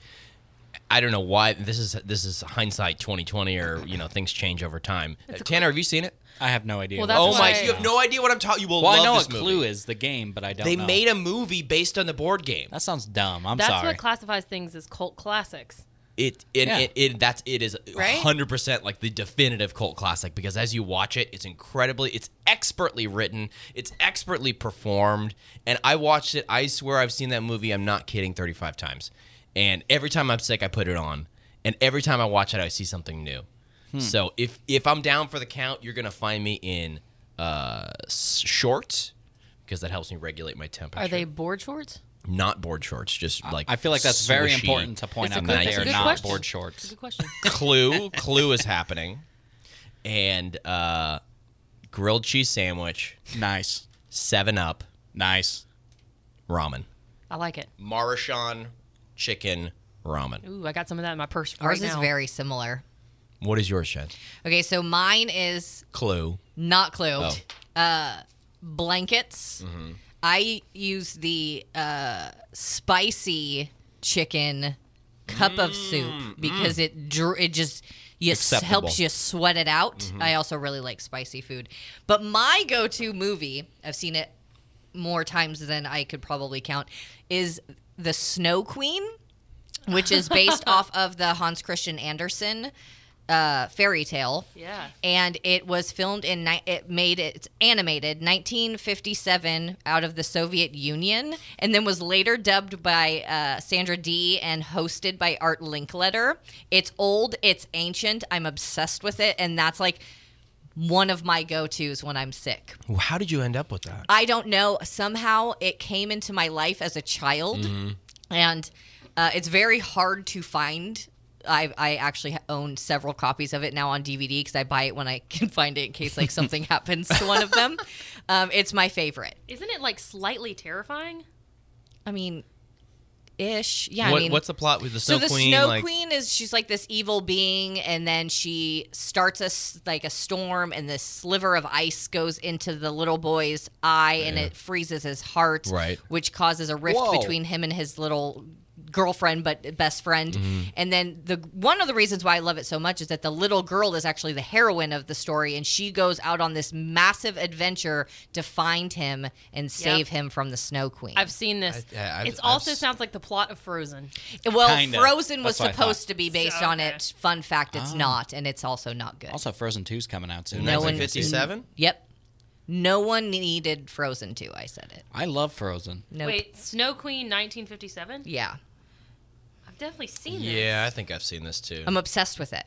Speaker 1: I don't know why. This is this is hindsight twenty twenty, or you know things change over time. Tanner, have you seen it?
Speaker 2: I have no idea.
Speaker 3: Well,
Speaker 2: what
Speaker 3: that's
Speaker 2: it
Speaker 1: oh
Speaker 2: is.
Speaker 3: why-
Speaker 1: my! You have no idea what I'm talking. You will
Speaker 2: Well,
Speaker 1: love
Speaker 2: I know
Speaker 1: this
Speaker 2: what
Speaker 1: movie.
Speaker 2: Clue is the game, but I don't.
Speaker 1: They
Speaker 2: know.
Speaker 1: made a movie based on the board game.
Speaker 2: That sounds dumb. I'm
Speaker 3: That's
Speaker 2: sorry.
Speaker 3: what classifies things as cult classics.
Speaker 1: It and
Speaker 2: Yeah.
Speaker 1: it, it that's it is
Speaker 4: Right?
Speaker 1: hundred percent like the definitive cult classic because as you watch it, it's incredibly, it's expertly written, it's expertly performed, and I watched it. I swear I've seen that movie. I'm not kidding, thirty five times, and every time I'm sick, I put it on, and every time I watch it, I see something new.
Speaker 3: Hmm.
Speaker 1: So if if I'm down for the count, you're gonna find me in uh s- shorts because that helps me regulate my temperature.
Speaker 3: Are they board shorts?
Speaker 1: not board shorts? Just like
Speaker 2: I feel like that's very
Speaker 1: swooshy.
Speaker 2: important to point
Speaker 3: It's a
Speaker 2: out
Speaker 3: good-
Speaker 2: that they
Speaker 1: that's a
Speaker 2: are
Speaker 1: good
Speaker 2: not
Speaker 3: question.
Speaker 2: board
Speaker 3: That's a
Speaker 2: shorts.
Speaker 3: good question.
Speaker 1: Clue. Clue is happening. And uh, grilled cheese sandwich,
Speaker 2: Nice,
Speaker 1: seven up,
Speaker 2: nice.
Speaker 1: ramen.
Speaker 3: I like it.
Speaker 1: Maruchan chicken ramen.
Speaker 3: Ooh, I got some of that in my purse right
Speaker 4: Ours is
Speaker 3: now.
Speaker 4: very similar.
Speaker 1: What is yours, Shen?
Speaker 4: Okay, so mine is
Speaker 1: Clue.
Speaker 4: not clue.
Speaker 1: Oh. Mm-hmm.
Speaker 4: blankets. I use the uh, spicy chicken cup of soup because it dr- it just you s-
Speaker 1: Mm, Acceptable. Mm-hmm.
Speaker 4: helps you sweat it out. I also really like spicy food, but my go-to movie I've seen it more times than I could probably count is the Snow Queen, which is based off of the Hans Christian Andersen uh, fairy tale
Speaker 3: Yeah.
Speaker 4: and it was filmed in ni- it made it it's animated 1957 out of the Soviet Union and then was later dubbed by uh, Sandra Dee and hosted by Art Linkletter. It's old, it's ancient. I'm obsessed with it and that's like one of my go-tos when I'm sick.
Speaker 1: How did you end up with that?
Speaker 4: I don't know. Somehow it came into my life as a child,
Speaker 1: Mm-hmm.
Speaker 4: and uh, it's very hard to find. I, I actually own several copies of it now on DVD because I buy it when I can find it in case like something happens to one of them. Um, it's my favorite.
Speaker 3: Isn't it like slightly terrifying?
Speaker 4: I mean, ish. Yeah.
Speaker 1: What-
Speaker 4: I mean,
Speaker 1: what's the plot with the Snow
Speaker 4: so the
Speaker 1: Queen?
Speaker 4: snow
Speaker 1: like,
Speaker 4: queen is she's like this evil being and then she starts us like a storm and this sliver of ice goes into the little boy's eye and it freezes his heart
Speaker 1: Right.
Speaker 4: which causes a rift
Speaker 2: Whoa.
Speaker 4: between him and his little girlfriend but best friend
Speaker 1: Mm-hmm.
Speaker 4: and then the one of the reasons why i love it so much is that the little girl is actually the heroine of the story and she goes out on this massive adventure to find him and save him from the snow queen
Speaker 3: I've seen this.
Speaker 1: I- I- I've-
Speaker 3: It
Speaker 1: I've
Speaker 3: also
Speaker 1: s-
Speaker 3: sounds like the plot of Frozen.
Speaker 4: Well,
Speaker 2: Kinda.
Speaker 4: Frozen was
Speaker 2: That's what I
Speaker 4: supposed
Speaker 2: thought.
Speaker 4: to be based
Speaker 3: So,
Speaker 4: on
Speaker 3: okay.
Speaker 4: it. Fun fact, it's not, and it's also not good.
Speaker 2: Also, Frozen 2's coming out soon.
Speaker 4: No one-
Speaker 1: 1957?
Speaker 4: yep. No one needed Frozen 2. I said it.
Speaker 2: I love Frozen.
Speaker 4: No.
Speaker 3: Wait, Snow Queen 1957?
Speaker 4: Yeah.
Speaker 3: I've definitely seen this.
Speaker 1: Yeah, I think I've seen this too.
Speaker 4: I'm obsessed with it.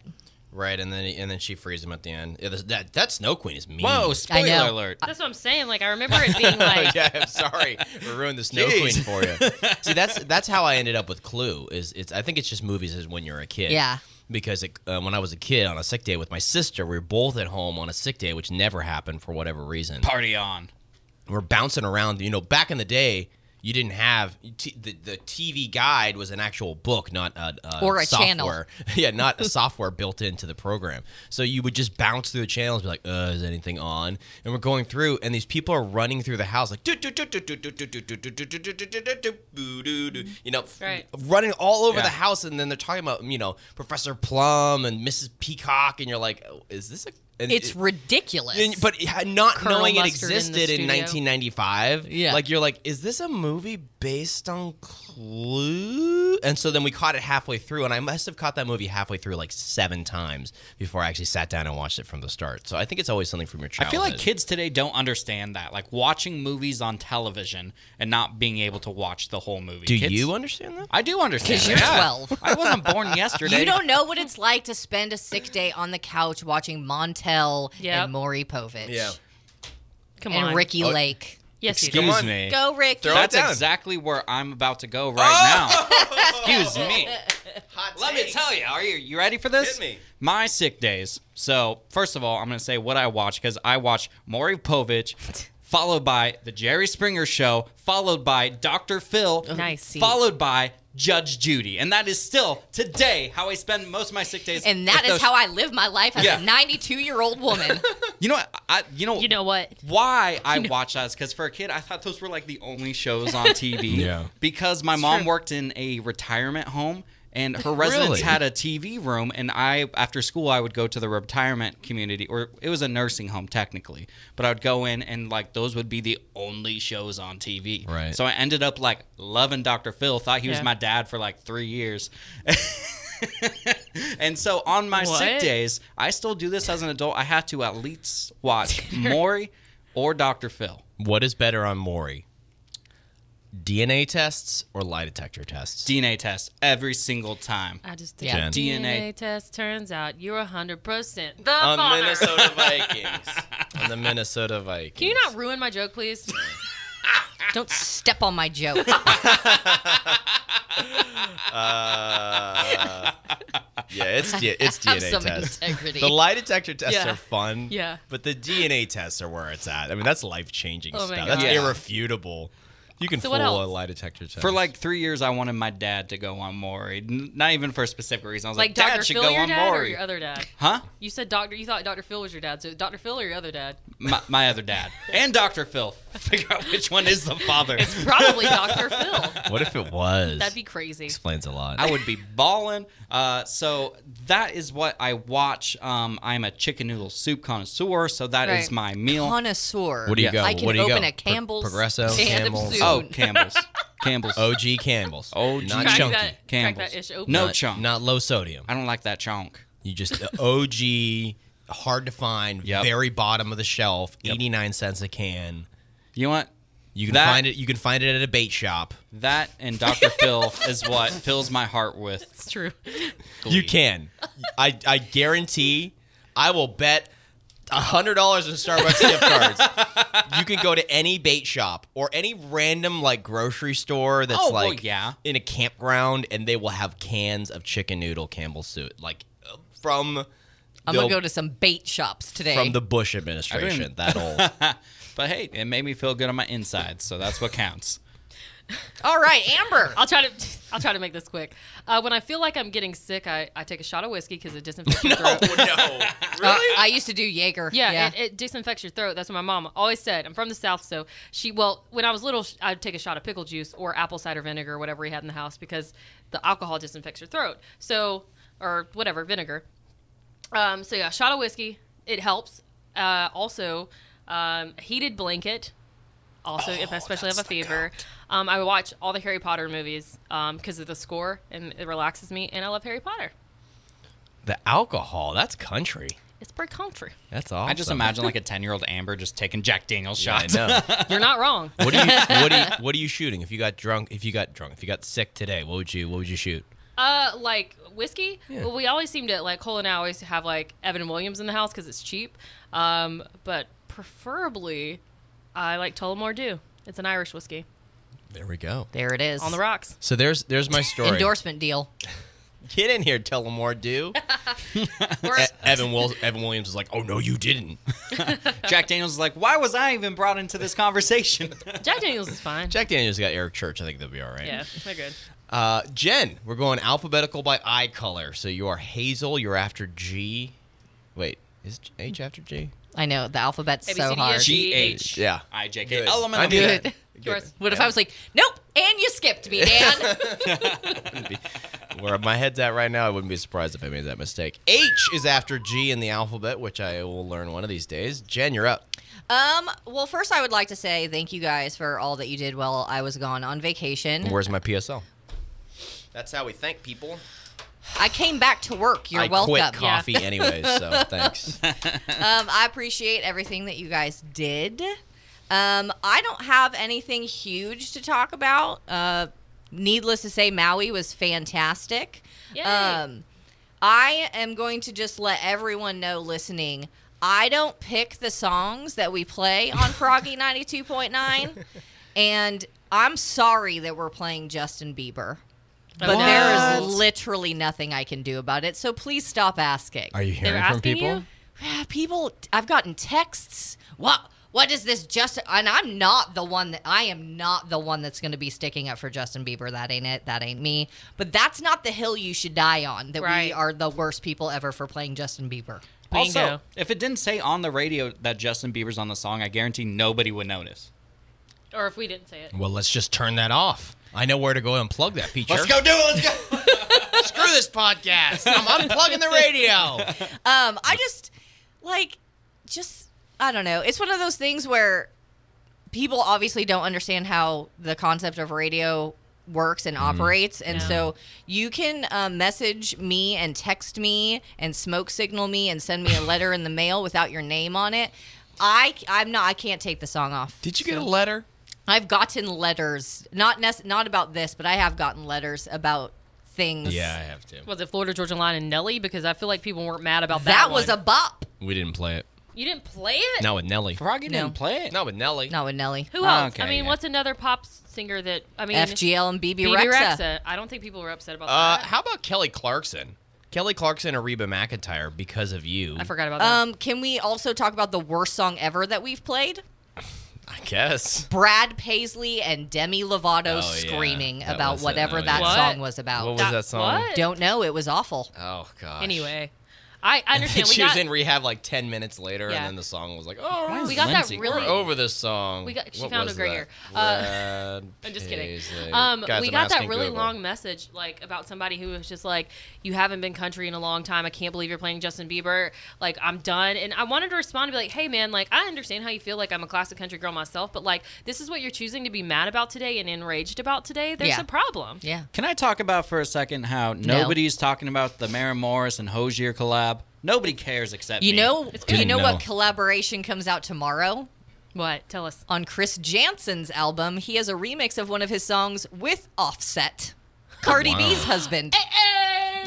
Speaker 1: right, and then and then she frees him at the end. Yeah, this- that that Snow Queen is mean.
Speaker 2: Whoa!
Speaker 4: I
Speaker 2: Spoiler
Speaker 4: know.
Speaker 2: alert.
Speaker 3: That's what I'm saying. Like I remember it being like
Speaker 1: yeah, I'm sorry. We ruined the Snow
Speaker 2: Jeez.
Speaker 1: Queen for you. See, that's that's how I ended up with Clue. Is it's I think it's just movies is when you're a kid.
Speaker 4: Yeah.
Speaker 1: Because it, uh, when I was a kid on a sick day with my sister, we were both at home on a sick day, which never happened for whatever reason.
Speaker 2: Party on.
Speaker 1: We're bouncing around. You know, back in the day, you didn't have t- the the TV guide was an actual book, not a, a
Speaker 4: Or a channel.
Speaker 1: software. yeah, not a software built into the program. So you would just bounce through the channels, be like, uh, is anything on? And we're going through, and these people are running through the house, like, you know,
Speaker 3: Right.
Speaker 1: running all over
Speaker 2: Yeah.
Speaker 1: the house, and then they're talking about, you know, Professor Plum and Mrs. Peacock, and you're like, oh, is this a. and
Speaker 4: It's
Speaker 1: it-
Speaker 4: ridiculous.
Speaker 1: and- but ha- not
Speaker 3: Colonel
Speaker 1: knowing it
Speaker 3: Mustard in the
Speaker 1: existed in,
Speaker 3: studio.
Speaker 1: 1995,
Speaker 4: Yeah.
Speaker 1: like you're like, is this a movie based on Clue? And so then we caught it halfway through, and I must have caught that movie halfway through like seven times before I actually sat down and watched it from the start. So I think it's always something from your
Speaker 2: I
Speaker 1: childhood.
Speaker 2: feel like kids today don't understand that, like watching movies on television and not being able to watch the whole movie.
Speaker 1: Do
Speaker 2: Kids-
Speaker 1: you understand that?
Speaker 2: I do understand.
Speaker 4: 'Cause you're
Speaker 2: that.
Speaker 4: 12.
Speaker 2: I wasn't born yesterday.
Speaker 4: you don't know what it's like to spend a sick day on the couch watching Montel
Speaker 3: Yep.
Speaker 4: and Maury Povich
Speaker 3: Come on,
Speaker 4: and Ricky
Speaker 1: Oh.
Speaker 4: Lake.
Speaker 3: Yes, you
Speaker 2: Excuse
Speaker 3: do.
Speaker 1: Come on.
Speaker 2: me.
Speaker 4: Go, Ricky.
Speaker 1: Throw it
Speaker 2: That's
Speaker 1: down.
Speaker 2: exactly where I'm about to go right now. Excuse me. Let me tell you. Are you you ready for this?
Speaker 1: Hit me.
Speaker 2: My sick days. So first of all, I'm gonna say what I watch because I watch Maury Povich. Followed by the Jerry Springer Show, followed by Dr. Phil,
Speaker 3: Nice.
Speaker 2: followed by Judge Judy, and that is still today how I spend most of my sick days.
Speaker 4: And that
Speaker 2: with
Speaker 4: is
Speaker 2: those-
Speaker 4: how I live my life as
Speaker 2: Yeah.
Speaker 4: a 92 year old woman.
Speaker 2: you know. what? I you know
Speaker 3: You know what?
Speaker 2: why I watched that is because for a kid, I thought those were like the only shows on TV.
Speaker 1: Yeah.
Speaker 2: Because my mom worked in a retirement home and her residence had a TV room. And I, after school, I would go to the retirement community, or it was a nursing home technically, but I would go in and like those would be the only shows on TV.
Speaker 1: Right.
Speaker 2: So I ended up like loving Dr. Phil, thought he was
Speaker 3: Yeah.
Speaker 2: my dad for like three years. And so on my sick
Speaker 3: What?
Speaker 2: days, I still do this as an adult. I have to at least watch Maury or Dr. Phil.
Speaker 1: What is better on Maury? DNA tests or lie detector tests?
Speaker 2: DNA test every single time.
Speaker 3: I just did
Speaker 4: Yeah.
Speaker 2: Jen.
Speaker 3: a DNA.
Speaker 2: DNA.
Speaker 3: test. Turns out you're hundred percent the
Speaker 1: on
Speaker 3: father.
Speaker 1: Minnesota Vikings. on the Minnesota Vikings.
Speaker 3: Can you not ruin my joke, please?
Speaker 4: Don't step on my joke.
Speaker 1: Uh, Yeah, it's D- it's
Speaker 4: Have
Speaker 1: DNA
Speaker 4: some
Speaker 1: tests.
Speaker 4: integrity.
Speaker 1: The lie detector tests
Speaker 3: Yeah.
Speaker 1: are fun.
Speaker 3: Yeah.
Speaker 1: But the DNA tests are where it's at. I mean, that's life changing
Speaker 3: Oh my
Speaker 1: stuff. That's
Speaker 2: God. Yeah.
Speaker 1: irrefutable. You can
Speaker 3: So
Speaker 1: fool
Speaker 3: what
Speaker 1: a
Speaker 3: else?
Speaker 1: lie detector test.
Speaker 2: For like three years, I wanted my dad to go on Maury. N- Not even for a specific reason. I was like,
Speaker 3: Like
Speaker 2: Dad
Speaker 3: Dr.
Speaker 2: should
Speaker 3: Phil,
Speaker 2: go
Speaker 3: your
Speaker 2: on
Speaker 3: dad, or
Speaker 2: Maury.
Speaker 3: your other dad?
Speaker 2: Huh?
Speaker 3: You said doctor. You thought Dr. Phil was your dad. So Dr. Phil or your other dad?
Speaker 2: My, my other dad. And Dr. Phil. Figure out which one is the father.
Speaker 3: Probably Dr. Phil.
Speaker 1: what if it was?
Speaker 3: That'd be crazy.
Speaker 1: explains a lot.
Speaker 2: I would be balling. Uh, so that is what I watch. Um, I'm a chicken noodle soup connoisseur, so that is
Speaker 3: Right.
Speaker 2: my meal.
Speaker 4: Connoisseur.
Speaker 1: what do you
Speaker 2: Yeah.
Speaker 1: go?
Speaker 4: I can
Speaker 1: what do you
Speaker 4: open
Speaker 1: go?
Speaker 4: a Campbell's
Speaker 1: Progresso,
Speaker 4: can of
Speaker 1: Campbell's,
Speaker 4: soup.
Speaker 2: oh, Campbell's. Campbell's.
Speaker 3: Oh.
Speaker 1: OG Campbell's.
Speaker 2: OG.
Speaker 1: not
Speaker 3: Crack
Speaker 1: chunky.
Speaker 3: that, crack
Speaker 2: Campbell's.
Speaker 3: that ish open.
Speaker 2: No
Speaker 1: not,
Speaker 2: chunk.
Speaker 1: Not low sodium.
Speaker 2: I don't like that chunk.
Speaker 1: You just the OG, hard to find,
Speaker 2: Yep.
Speaker 1: very bottom of the shelf, eighty nine cents a can.
Speaker 2: You know what?
Speaker 1: You can
Speaker 2: That-
Speaker 1: find it. You can find it at a bait shop.
Speaker 2: That and Dr. Phil is what fills my heart with.
Speaker 3: It's true.
Speaker 1: You can. I I guarantee. I will bet hundred dollars in Starbucks gift cards. You can go to any bait shop or any random like grocery store that's
Speaker 2: Oh, well,
Speaker 1: like
Speaker 2: yeah.
Speaker 1: in a campground, and they will have cans of chicken noodle Campbell's soup, like uh, from.
Speaker 4: I'm
Speaker 1: the-
Speaker 4: going to go to some bait shops today.
Speaker 1: from the Bush administration. That old.
Speaker 2: But hey, it made me feel good on my insides, so that's what counts.
Speaker 4: All right, Amber.
Speaker 3: I'll try to. I'll try to make this quick. Uh, when I feel like I'm getting sick, I, I take a shot of whiskey because it disinfects your throat.
Speaker 1: no.
Speaker 4: Uh, I used to do Jaeger.
Speaker 3: Yeah, It, it disinfects your throat. That's what my mom always said. I'm from the South, so she, well, when I was little, sh- I'd take a shot of pickle juice or apple cider vinegar, whatever we had in the house, because the alcohol disinfects your throat. So, or whatever, vinegar. Um, so, yeah, shot of whiskey, it helps. Uh, also, um, heated blanket. Also, if I especially have a fever, um, I watch all the Harry Potter movies because of the score and it relaxes me. And I love Harry Potter.
Speaker 1: The alcohol. That's country.
Speaker 3: It's pretty comfy.
Speaker 1: That's awesome.
Speaker 2: I just imagine like a 10 year old Amber just taking Jack Daniels
Speaker 1: I
Speaker 2: shots.
Speaker 1: know.
Speaker 3: You're not wrong.
Speaker 1: What are you? What are you? What are you shooting? If you got drunk, if you got drunk, if you got sick today, what would you? What would you shoot?
Speaker 3: Uh, like whiskey.
Speaker 1: Yeah.
Speaker 3: Well, we always seem to like Cole and I always have like Evan Williams in the house because it's cheap. Um, but preferably, I like Tullamore Dew. It's an Irish whiskey
Speaker 1: There we go.
Speaker 4: There it is.
Speaker 3: on the rocks.
Speaker 1: So there's there's my story.
Speaker 4: Endorsement deal.
Speaker 1: Get in here, Tullamore Dew.
Speaker 4: Eh,
Speaker 1: E- Evan, Wil- Evan Williams is like, oh no, you didn't.
Speaker 2: Jack Daniels is like, why was I even brought into this conversation?
Speaker 3: Jack Daniels is fine.
Speaker 1: Jack Daniels got Eric Church. I think they'll be all right.
Speaker 3: yeah, they're good.
Speaker 1: Uh, Jen, we're going alphabetical by eye color. So you are Hazel. You're after G. Wait, is H after G?
Speaker 4: I know the alphabet's
Speaker 3: A, B,
Speaker 4: so
Speaker 3: C, D, E, F,
Speaker 4: hard.
Speaker 3: G.
Speaker 2: G H
Speaker 1: Yeah.
Speaker 2: I J K
Speaker 1: Good.
Speaker 2: L M N O
Speaker 1: I
Speaker 2: P.
Speaker 1: knew that.
Speaker 4: Good.
Speaker 3: Yours.
Speaker 4: What if I was like, nope, and you skipped me, Dan?
Speaker 1: Be- Where my head's at right now, I wouldn't be surprised if I made that mistake. H is after G in the alphabet, which I will learn one of these days. Jen, you're up.
Speaker 4: Um, well, first I would like to say thank you guys for all that you did while I was gone on vacation.
Speaker 1: Where's my PSL? That's how we thank people.
Speaker 4: I came back to work. You're
Speaker 1: I
Speaker 4: welcome.
Speaker 1: quit coffee anyways, so thanks.
Speaker 4: um, I appreciate everything that you guys did. Um, I don't have anything huge to talk about. Uh, needless to say, Maui was fantastic.
Speaker 3: Yay.
Speaker 4: Um, I am going to just let everyone know listening. I don't pick the songs that we play on Froggy 92.9. And I'm sorry that we're playing Justin Bieber. But
Speaker 3: Oh,
Speaker 4: there
Speaker 3: no.
Speaker 4: is literally nothing I can do about it. So please stop asking.
Speaker 1: you
Speaker 3: They're asking you.
Speaker 4: Yeah, people, I've gotten texts. What? What is this? Just and I'm not the one that I am not the one that's going to be sticking up for Justin Bieber. That ain't it. That ain't me. But that's not the hill you should die on. That we
Speaker 3: Right.
Speaker 4: are the worst people ever for playing Justin Bieber.
Speaker 2: Also,
Speaker 3: Bingo.
Speaker 2: if it didn't say on the radio that Justin Bieber's on the song, I guarantee nobody would notice.
Speaker 3: Or if we didn't say it.
Speaker 1: Well, let's just turn that off. I know where to go and plug that feature.
Speaker 2: Let's go do it. Let's go.
Speaker 1: Screw this podcast. I'm unplugging the radio.
Speaker 4: Um, I just like just I don't know. It's one of those things where people obviously don't understand how the concept of radio works and operates and
Speaker 3: Yeah.
Speaker 4: so you can um, message me and text me and smoke signal me and send me a letter in the mail without your name on it i i'm not i can't take the song off
Speaker 1: Did you get a letter?
Speaker 4: i've gotten letters not nec- not about this but i have gotten letters about things
Speaker 1: have to.
Speaker 3: Was it Florida Georgia Line and Nelly? Because I feel like people weren't mad about that.
Speaker 4: that was a
Speaker 3: one.
Speaker 4: bop
Speaker 1: We didn't play it.
Speaker 3: You didn't play it.
Speaker 1: Not with Nelly.
Speaker 2: Froggy didn't
Speaker 4: No.
Speaker 2: play it.
Speaker 1: Not with Nelly.
Speaker 4: not with nelly
Speaker 3: Who
Speaker 2: Oh,
Speaker 3: else? I
Speaker 2: okay,
Speaker 3: mean,
Speaker 2: yeah.
Speaker 3: what's another pop singer that I mean?
Speaker 4: fgl and bb,
Speaker 3: BB
Speaker 4: rexa.
Speaker 3: Rexa. I don't think people were upset about
Speaker 1: Uh,
Speaker 3: that.
Speaker 1: how about Kelly Clarkson? Kelly Clarkson or Reba McIntyre because of you.
Speaker 3: I forgot about that.
Speaker 4: Um, can we also talk about the worst song ever that we've played?
Speaker 1: I guess.
Speaker 4: Brad Paisley and Demi Lovato
Speaker 1: Oh, yeah.
Speaker 4: screaming
Speaker 1: That
Speaker 4: about
Speaker 1: was it.
Speaker 4: whatever
Speaker 1: Oh,
Speaker 4: that
Speaker 1: yeah.
Speaker 4: song
Speaker 3: What?
Speaker 4: was about.
Speaker 1: What was
Speaker 3: That-
Speaker 1: that song?
Speaker 3: what?
Speaker 4: Don't know. It was awful.
Speaker 1: Oh god.
Speaker 3: Anyway, I, I understand. we
Speaker 1: she
Speaker 3: got,
Speaker 1: was in rehab like ten minutes later,
Speaker 3: Yeah.
Speaker 1: and then the song was like, "Oh,
Speaker 3: We got that
Speaker 1: Lindsay,
Speaker 3: really-
Speaker 1: we're over this song."
Speaker 3: we got- she
Speaker 1: What
Speaker 3: found
Speaker 1: was
Speaker 3: a great
Speaker 1: that?
Speaker 3: year.
Speaker 1: Brad
Speaker 3: I'm just kidding.
Speaker 1: Paisley.
Speaker 3: Um,
Speaker 1: Guys,
Speaker 3: we
Speaker 1: I'm
Speaker 3: got that
Speaker 1: asking
Speaker 3: really
Speaker 1: Google.
Speaker 3: long message like about somebody who was just like, "You haven't been country in a long time. I can't believe you're playing Justin Bieber. Like, I'm done." And I wanted to respond and be like, "Hey, man, like I understand how you feel. Like I'm a classic country girl myself, but like this is what you're choosing to be mad about today and enraged about today. There's
Speaker 4: Yeah.
Speaker 3: a problem."
Speaker 4: Yeah.
Speaker 2: Can I talk about for a second how nobody's talking about the Maren Morris and Hosier collab? Nobody cares except
Speaker 4: You
Speaker 2: me.
Speaker 4: know, you
Speaker 1: good.
Speaker 4: know
Speaker 1: No.
Speaker 4: what collaboration comes out tomorrow
Speaker 3: What? Tell us.
Speaker 4: on Chris Jansen's album. He has a remix of one of his songs with Offset, Cardi
Speaker 1: Wow.
Speaker 4: B's
Speaker 3: Eh,
Speaker 4: husband.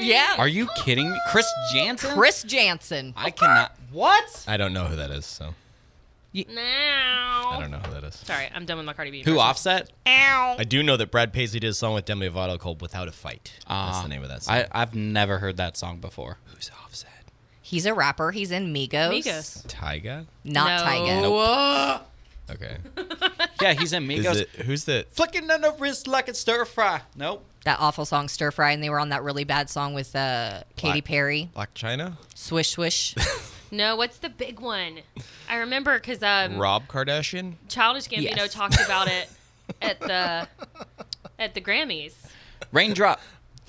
Speaker 4: Yeah,
Speaker 2: Are you kidding me? Chris Jansen?
Speaker 4: Chris Jansen.
Speaker 2: I cannot. What?
Speaker 1: I don't know who that is, so
Speaker 3: Now.
Speaker 1: I don't know who that is.
Speaker 3: Sorry, I'm done with my Cardi B.
Speaker 2: Who
Speaker 3: impression.
Speaker 2: offset?
Speaker 4: Ow.
Speaker 1: I do know that Brad Paisley did a song with Demi Lovato called "Without a Fight." That's
Speaker 2: Ah,
Speaker 1: the name of that song.
Speaker 2: I, I've never heard that song before.
Speaker 1: Who's Offset?
Speaker 4: He's a rapper. He's in Migos.
Speaker 3: Migos.
Speaker 1: Tyga.
Speaker 4: Not
Speaker 3: No.
Speaker 4: Tyga.
Speaker 1: Okay.
Speaker 2: Yeah, he's in
Speaker 1: Is
Speaker 2: Migos.
Speaker 1: it who's the?
Speaker 2: Flicking on the wrist like a stir fry. Nope.
Speaker 4: That awful song Stir Fry, and they were on that really bad song with uh, Katy
Speaker 1: Black-
Speaker 4: Perry.
Speaker 1: Black China?
Speaker 4: Swish swish.
Speaker 3: No, what's the big one? I remember because um,
Speaker 1: Mm. Rob Kardashian?
Speaker 3: Childish Gambino
Speaker 4: Yes.
Speaker 3: talked about it at the at the Grammys.
Speaker 2: Raindrop.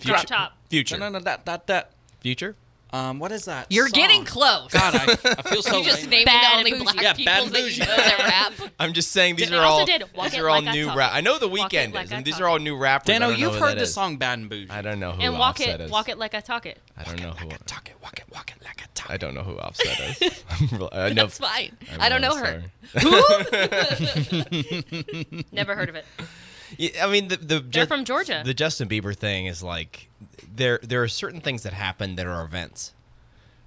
Speaker 3: Drop top.
Speaker 1: Future.
Speaker 2: No, no, no, that, that, that.
Speaker 1: Future?
Speaker 2: Um, what is that?
Speaker 4: You're
Speaker 2: song?
Speaker 4: getting close.
Speaker 2: God, I, I feel so.
Speaker 4: you just
Speaker 2: lame.
Speaker 4: named
Speaker 3: Bad
Speaker 4: the only
Speaker 3: and
Speaker 4: black
Speaker 3: bougie.
Speaker 2: Yeah,
Speaker 4: people
Speaker 2: bad and
Speaker 4: that you
Speaker 2: bougie.
Speaker 4: know that rap.
Speaker 1: I'm just saying these
Speaker 3: Did- I
Speaker 1: are
Speaker 3: also
Speaker 1: all
Speaker 3: did Walk
Speaker 1: these
Speaker 3: It
Speaker 1: are all
Speaker 3: Like I
Speaker 1: new
Speaker 3: Talk
Speaker 1: rap. I know the
Speaker 3: It
Speaker 1: weekend
Speaker 3: Like
Speaker 1: is,
Speaker 3: I
Speaker 1: and these
Speaker 3: Talk
Speaker 1: are all
Speaker 3: It.
Speaker 1: new rappers. I
Speaker 2: Dano,
Speaker 1: don't know
Speaker 2: you've
Speaker 1: who
Speaker 2: heard
Speaker 1: that
Speaker 2: the
Speaker 1: is.
Speaker 2: song "Bad and Bougie."
Speaker 1: I don't know who
Speaker 3: and walk
Speaker 1: Offset
Speaker 3: it,
Speaker 1: is.
Speaker 3: walk it like I talk it.
Speaker 1: I don't know who.
Speaker 2: Talk it, walk it, walk it like a talk.
Speaker 1: I don't know who Offset is. I'm real- I know.
Speaker 4: That's fine.
Speaker 1: I'm
Speaker 4: I don't
Speaker 1: really
Speaker 4: know her.
Speaker 1: sorry.
Speaker 3: Never heard of it.
Speaker 1: Yeah, I mean, the, the
Speaker 3: They're from Georgia.
Speaker 1: The Justin Bieber thing is like there. There are certain things that happen that are events.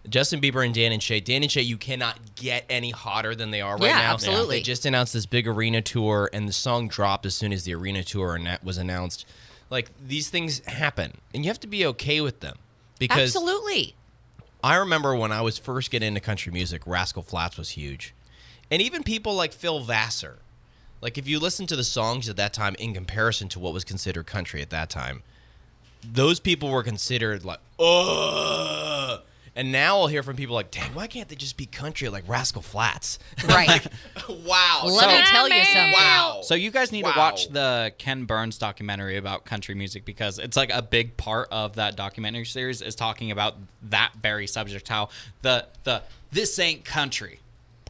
Speaker 1: Justin Bieber and Dan and Shay. Dan and Shay, you cannot get any hotter than they are right
Speaker 4: Yeah,
Speaker 1: now.
Speaker 4: absolutely.
Speaker 1: They just announced this big arena tour, and the song dropped as soon as the arena tour anna- was announced. Like these things happen, and you have to be okay with them because
Speaker 4: Absolutely.
Speaker 1: I remember when I was first getting into country music, Rascal Flats was huge. And even people like Phil Vassar. Like if you listen to the songs at that time in comparison to what was considered country at that time, those people were considered like, oh, And now I'll hear from people like, dang, why can't they just be country like Rascal Flats?
Speaker 4: Right.
Speaker 1: wow.
Speaker 4: Let me tell you something.
Speaker 1: Wow.
Speaker 2: So you guys need
Speaker 1: Wow.
Speaker 2: to watch the Ken Burns documentary about country music because it's like a big part of that documentary series is talking about that very subject. How the the this ain't country.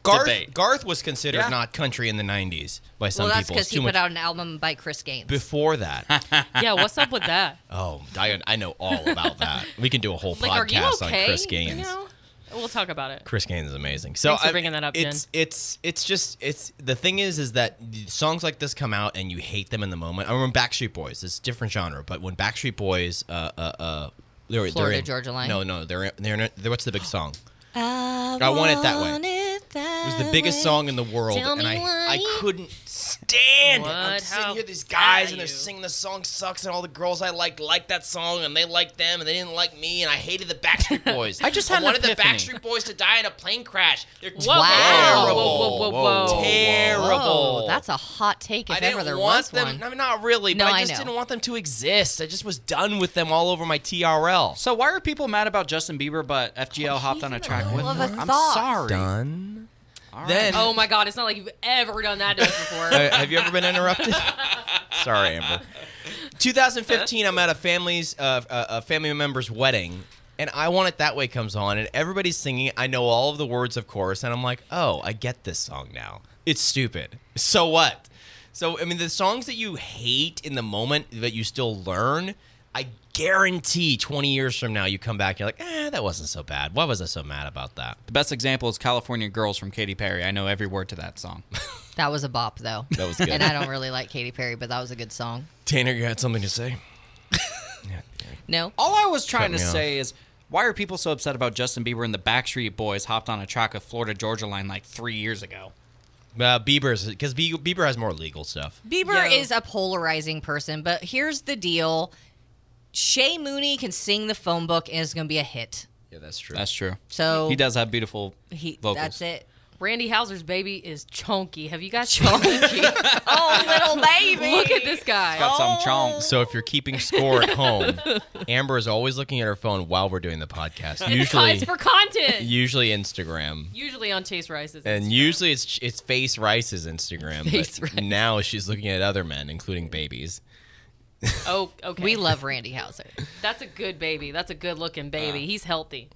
Speaker 1: Garth,
Speaker 2: debate.
Speaker 1: Garth was considered
Speaker 2: Yeah.
Speaker 1: not country in the 90s by some
Speaker 4: Well, that's
Speaker 1: people. It's
Speaker 4: because he
Speaker 1: too
Speaker 4: put
Speaker 1: much
Speaker 4: out an album by Chris Gaines.
Speaker 1: before that.
Speaker 3: yeah, what's up with that?
Speaker 1: oh, Diane, I know all about that. We can do a whole
Speaker 3: Like, are you
Speaker 1: podcast
Speaker 3: okay?
Speaker 1: on Chris Gaines.
Speaker 3: You know? We'll talk about it.
Speaker 1: Chris Gaines is amazing. So
Speaker 3: Thanks for
Speaker 1: I-
Speaker 3: bringing that up,
Speaker 1: it's, It's it's just it's the thing is is that songs like this come out and you hate them in the moment. I remember Backstreet Boys. It's a different genre, but when Backstreet Boys, uh, uh, uh, they're, they're
Speaker 4: Florida
Speaker 1: in-
Speaker 4: Georgia Line.
Speaker 1: No, no, they're they're, in- they're what's the big song?
Speaker 4: I,
Speaker 1: I want it that way.
Speaker 4: want it that
Speaker 1: It was the biggest
Speaker 4: way.
Speaker 1: song in the world,
Speaker 4: Tell
Speaker 1: and
Speaker 4: me
Speaker 1: I
Speaker 4: why.
Speaker 1: I couldn't stand it. I'm
Speaker 3: What?
Speaker 1: sitting
Speaker 3: How
Speaker 1: here, these guys,
Speaker 3: dare
Speaker 1: and they're
Speaker 3: you.
Speaker 1: singing the song sucks, and all the girls I liked liked that song, and they liked them, and they didn't like me, and I hated the Backstreet Boys.
Speaker 2: I just had
Speaker 1: I
Speaker 2: an
Speaker 1: wanted the
Speaker 2: epiphany.
Speaker 1: Backstreet Boys to die in a plane crash. They're
Speaker 3: Whoa,
Speaker 4: Wow.
Speaker 3: whoa, whoa, whoa, whoa, whoa.
Speaker 1: Terrible.
Speaker 4: Whoa, that's a hot take if
Speaker 1: I
Speaker 4: ever
Speaker 1: didn't
Speaker 4: there
Speaker 1: want
Speaker 4: was
Speaker 1: them.
Speaker 4: one.
Speaker 1: I mean, not really, but
Speaker 4: No,
Speaker 1: I
Speaker 4: I
Speaker 1: just
Speaker 4: know.
Speaker 1: didn't want them to exist. I just was done with them all over my TRL.
Speaker 2: So why are people mad about Justin Bieber but FGL
Speaker 4: Oh,
Speaker 2: hopped on a track with
Speaker 4: middle
Speaker 2: him?
Speaker 4: of a
Speaker 2: I'm
Speaker 4: thought.
Speaker 2: sorry.
Speaker 1: Done.
Speaker 2: All right.
Speaker 1: Then
Speaker 3: Oh my God, it's not like you've ever done that to us before.
Speaker 1: Uh, have you ever been interrupted? Sorry, Amber. 2015, I'm at a family's uh, a a family member's wedding, and "I Want It That Way" comes on, and everybody's singing. I know all of the words, of course, and I'm like, "Oh, I get this song now. It's stupid. So what?" So I mean, the songs that you hate in the moment that you still learn. I guarantee 20 years from now, you come back, you're like, eh, that wasn't so bad. Why was I so mad about that?
Speaker 2: the best example is California Girls from Katy Perry. I know every word to that song.
Speaker 4: That was a bop, though.
Speaker 1: That was good.
Speaker 4: and I don't really like Katy Perry, but that was a good song.
Speaker 1: Tanner, you had something to say?
Speaker 4: No,
Speaker 2: All I was trying
Speaker 1: me
Speaker 2: to
Speaker 1: off.
Speaker 2: say is why are people so upset about Justin Bieber and the Backstreet Boys hopped on a track of Florida Georgia Line like three years ago?
Speaker 1: Uh, Bieber's, because Bieber has more legal stuff.
Speaker 4: Bieber
Speaker 3: Yo.
Speaker 4: is a polarizing person, but here's the deal: Shay Mooney can sing the phone book and it's going to be a hit.
Speaker 1: Yeah, that's true.
Speaker 2: That's true.
Speaker 4: So
Speaker 2: he does have beautiful
Speaker 4: He,
Speaker 2: vocals.
Speaker 4: that's it.
Speaker 3: Randy Hauser's baby is chunky. Have you guys chunky?
Speaker 4: Oh, little baby!
Speaker 3: Look at this guy.
Speaker 2: Got
Speaker 4: Oh!
Speaker 2: some chunks.
Speaker 1: so if you're keeping score at home, Amber is always looking at her phone while we're doing the podcast. Usually,
Speaker 3: It's for content.
Speaker 1: usually Instagram,
Speaker 3: Usually on Chase Rice's.
Speaker 1: and
Speaker 3: Instagram.
Speaker 1: usually it's it's Face Rice's Instagram. but
Speaker 4: Face Rice.
Speaker 1: Now she's looking at other men, including babies.
Speaker 3: oh, okay.
Speaker 4: We love Randy Hauser.
Speaker 3: That's a good baby. That's a good looking baby. He's healthy.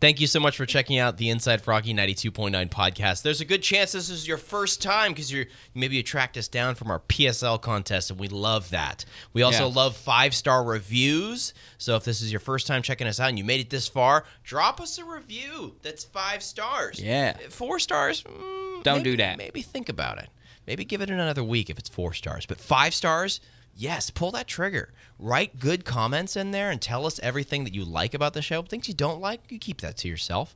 Speaker 1: Thank you so much for checking out the Inside Froggy 92.9 podcast. There's a good chance this is your first time because you're maybe you tracked us down from our PSL contest, and we love that. We also
Speaker 2: Yeah.
Speaker 1: love five star reviews. So if this is your first time checking us out and you made it this far, drop us a review that's five stars.
Speaker 2: Yeah.
Speaker 1: Four stars? mm,
Speaker 2: Don't
Speaker 1: maybe-
Speaker 2: do that.
Speaker 1: Maybe think about it. Maybe give it another week if it's four stars. But five stars, yes, pull that trigger. Write good comments in there and tell us everything that you like about the show. Things you don't like, you keep that to yourself.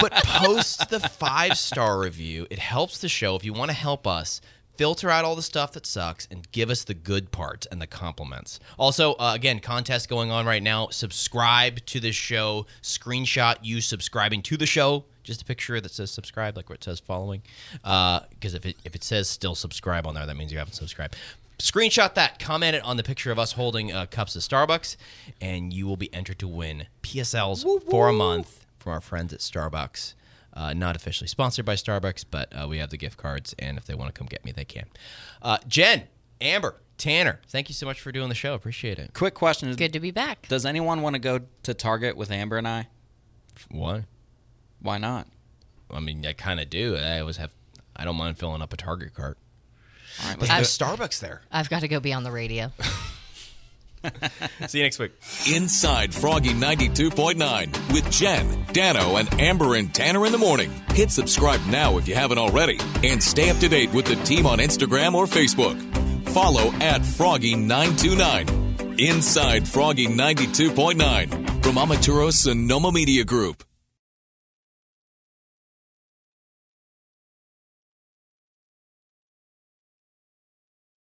Speaker 1: but post the five star review. It helps the show. If you want to help us, filter out all the stuff that sucks and give us the good parts and the compliments. Also, uh, again, contest going on right now. Subscribe to the show. Screenshot you subscribing to the show. Just a picture that says subscribe, like where it says following. Because if it if it says still subscribe on there, that means you haven't subscribed. Screenshot that, comment it on the picture of us holding uh, cups of Starbucks, and you will be entered to win PSLs for a month from our friends at Starbucks. Uh, not officially sponsored by Starbucks, but uh, we have the gift cards, and if they want to come get me, they can. Uh, Jen, Amber, Tanner, thank you so much for doing the show. Appreciate it.
Speaker 2: Quick question: is-
Speaker 4: Good to be back.
Speaker 2: Does anyone want to go to Target with Amber and I?
Speaker 1: Why?
Speaker 2: Why not?
Speaker 1: I mean, I kind of do. I always have. I don't mind filling up a Target cart.
Speaker 2: All right,
Speaker 1: But
Speaker 2: let's
Speaker 1: there's Starbucks there.
Speaker 4: I've got to go be on the radio.
Speaker 1: See you next week.
Speaker 5: Inside Froggy 92.9 with Jen, Dano, and Amber and Tanner in the morning. Hit subscribe now if you haven't already and stay up to date with the team on Instagram or Facebook. Follow at Froggy929. Inside Froggy 92.9 from Amaturo Sonoma Media Group.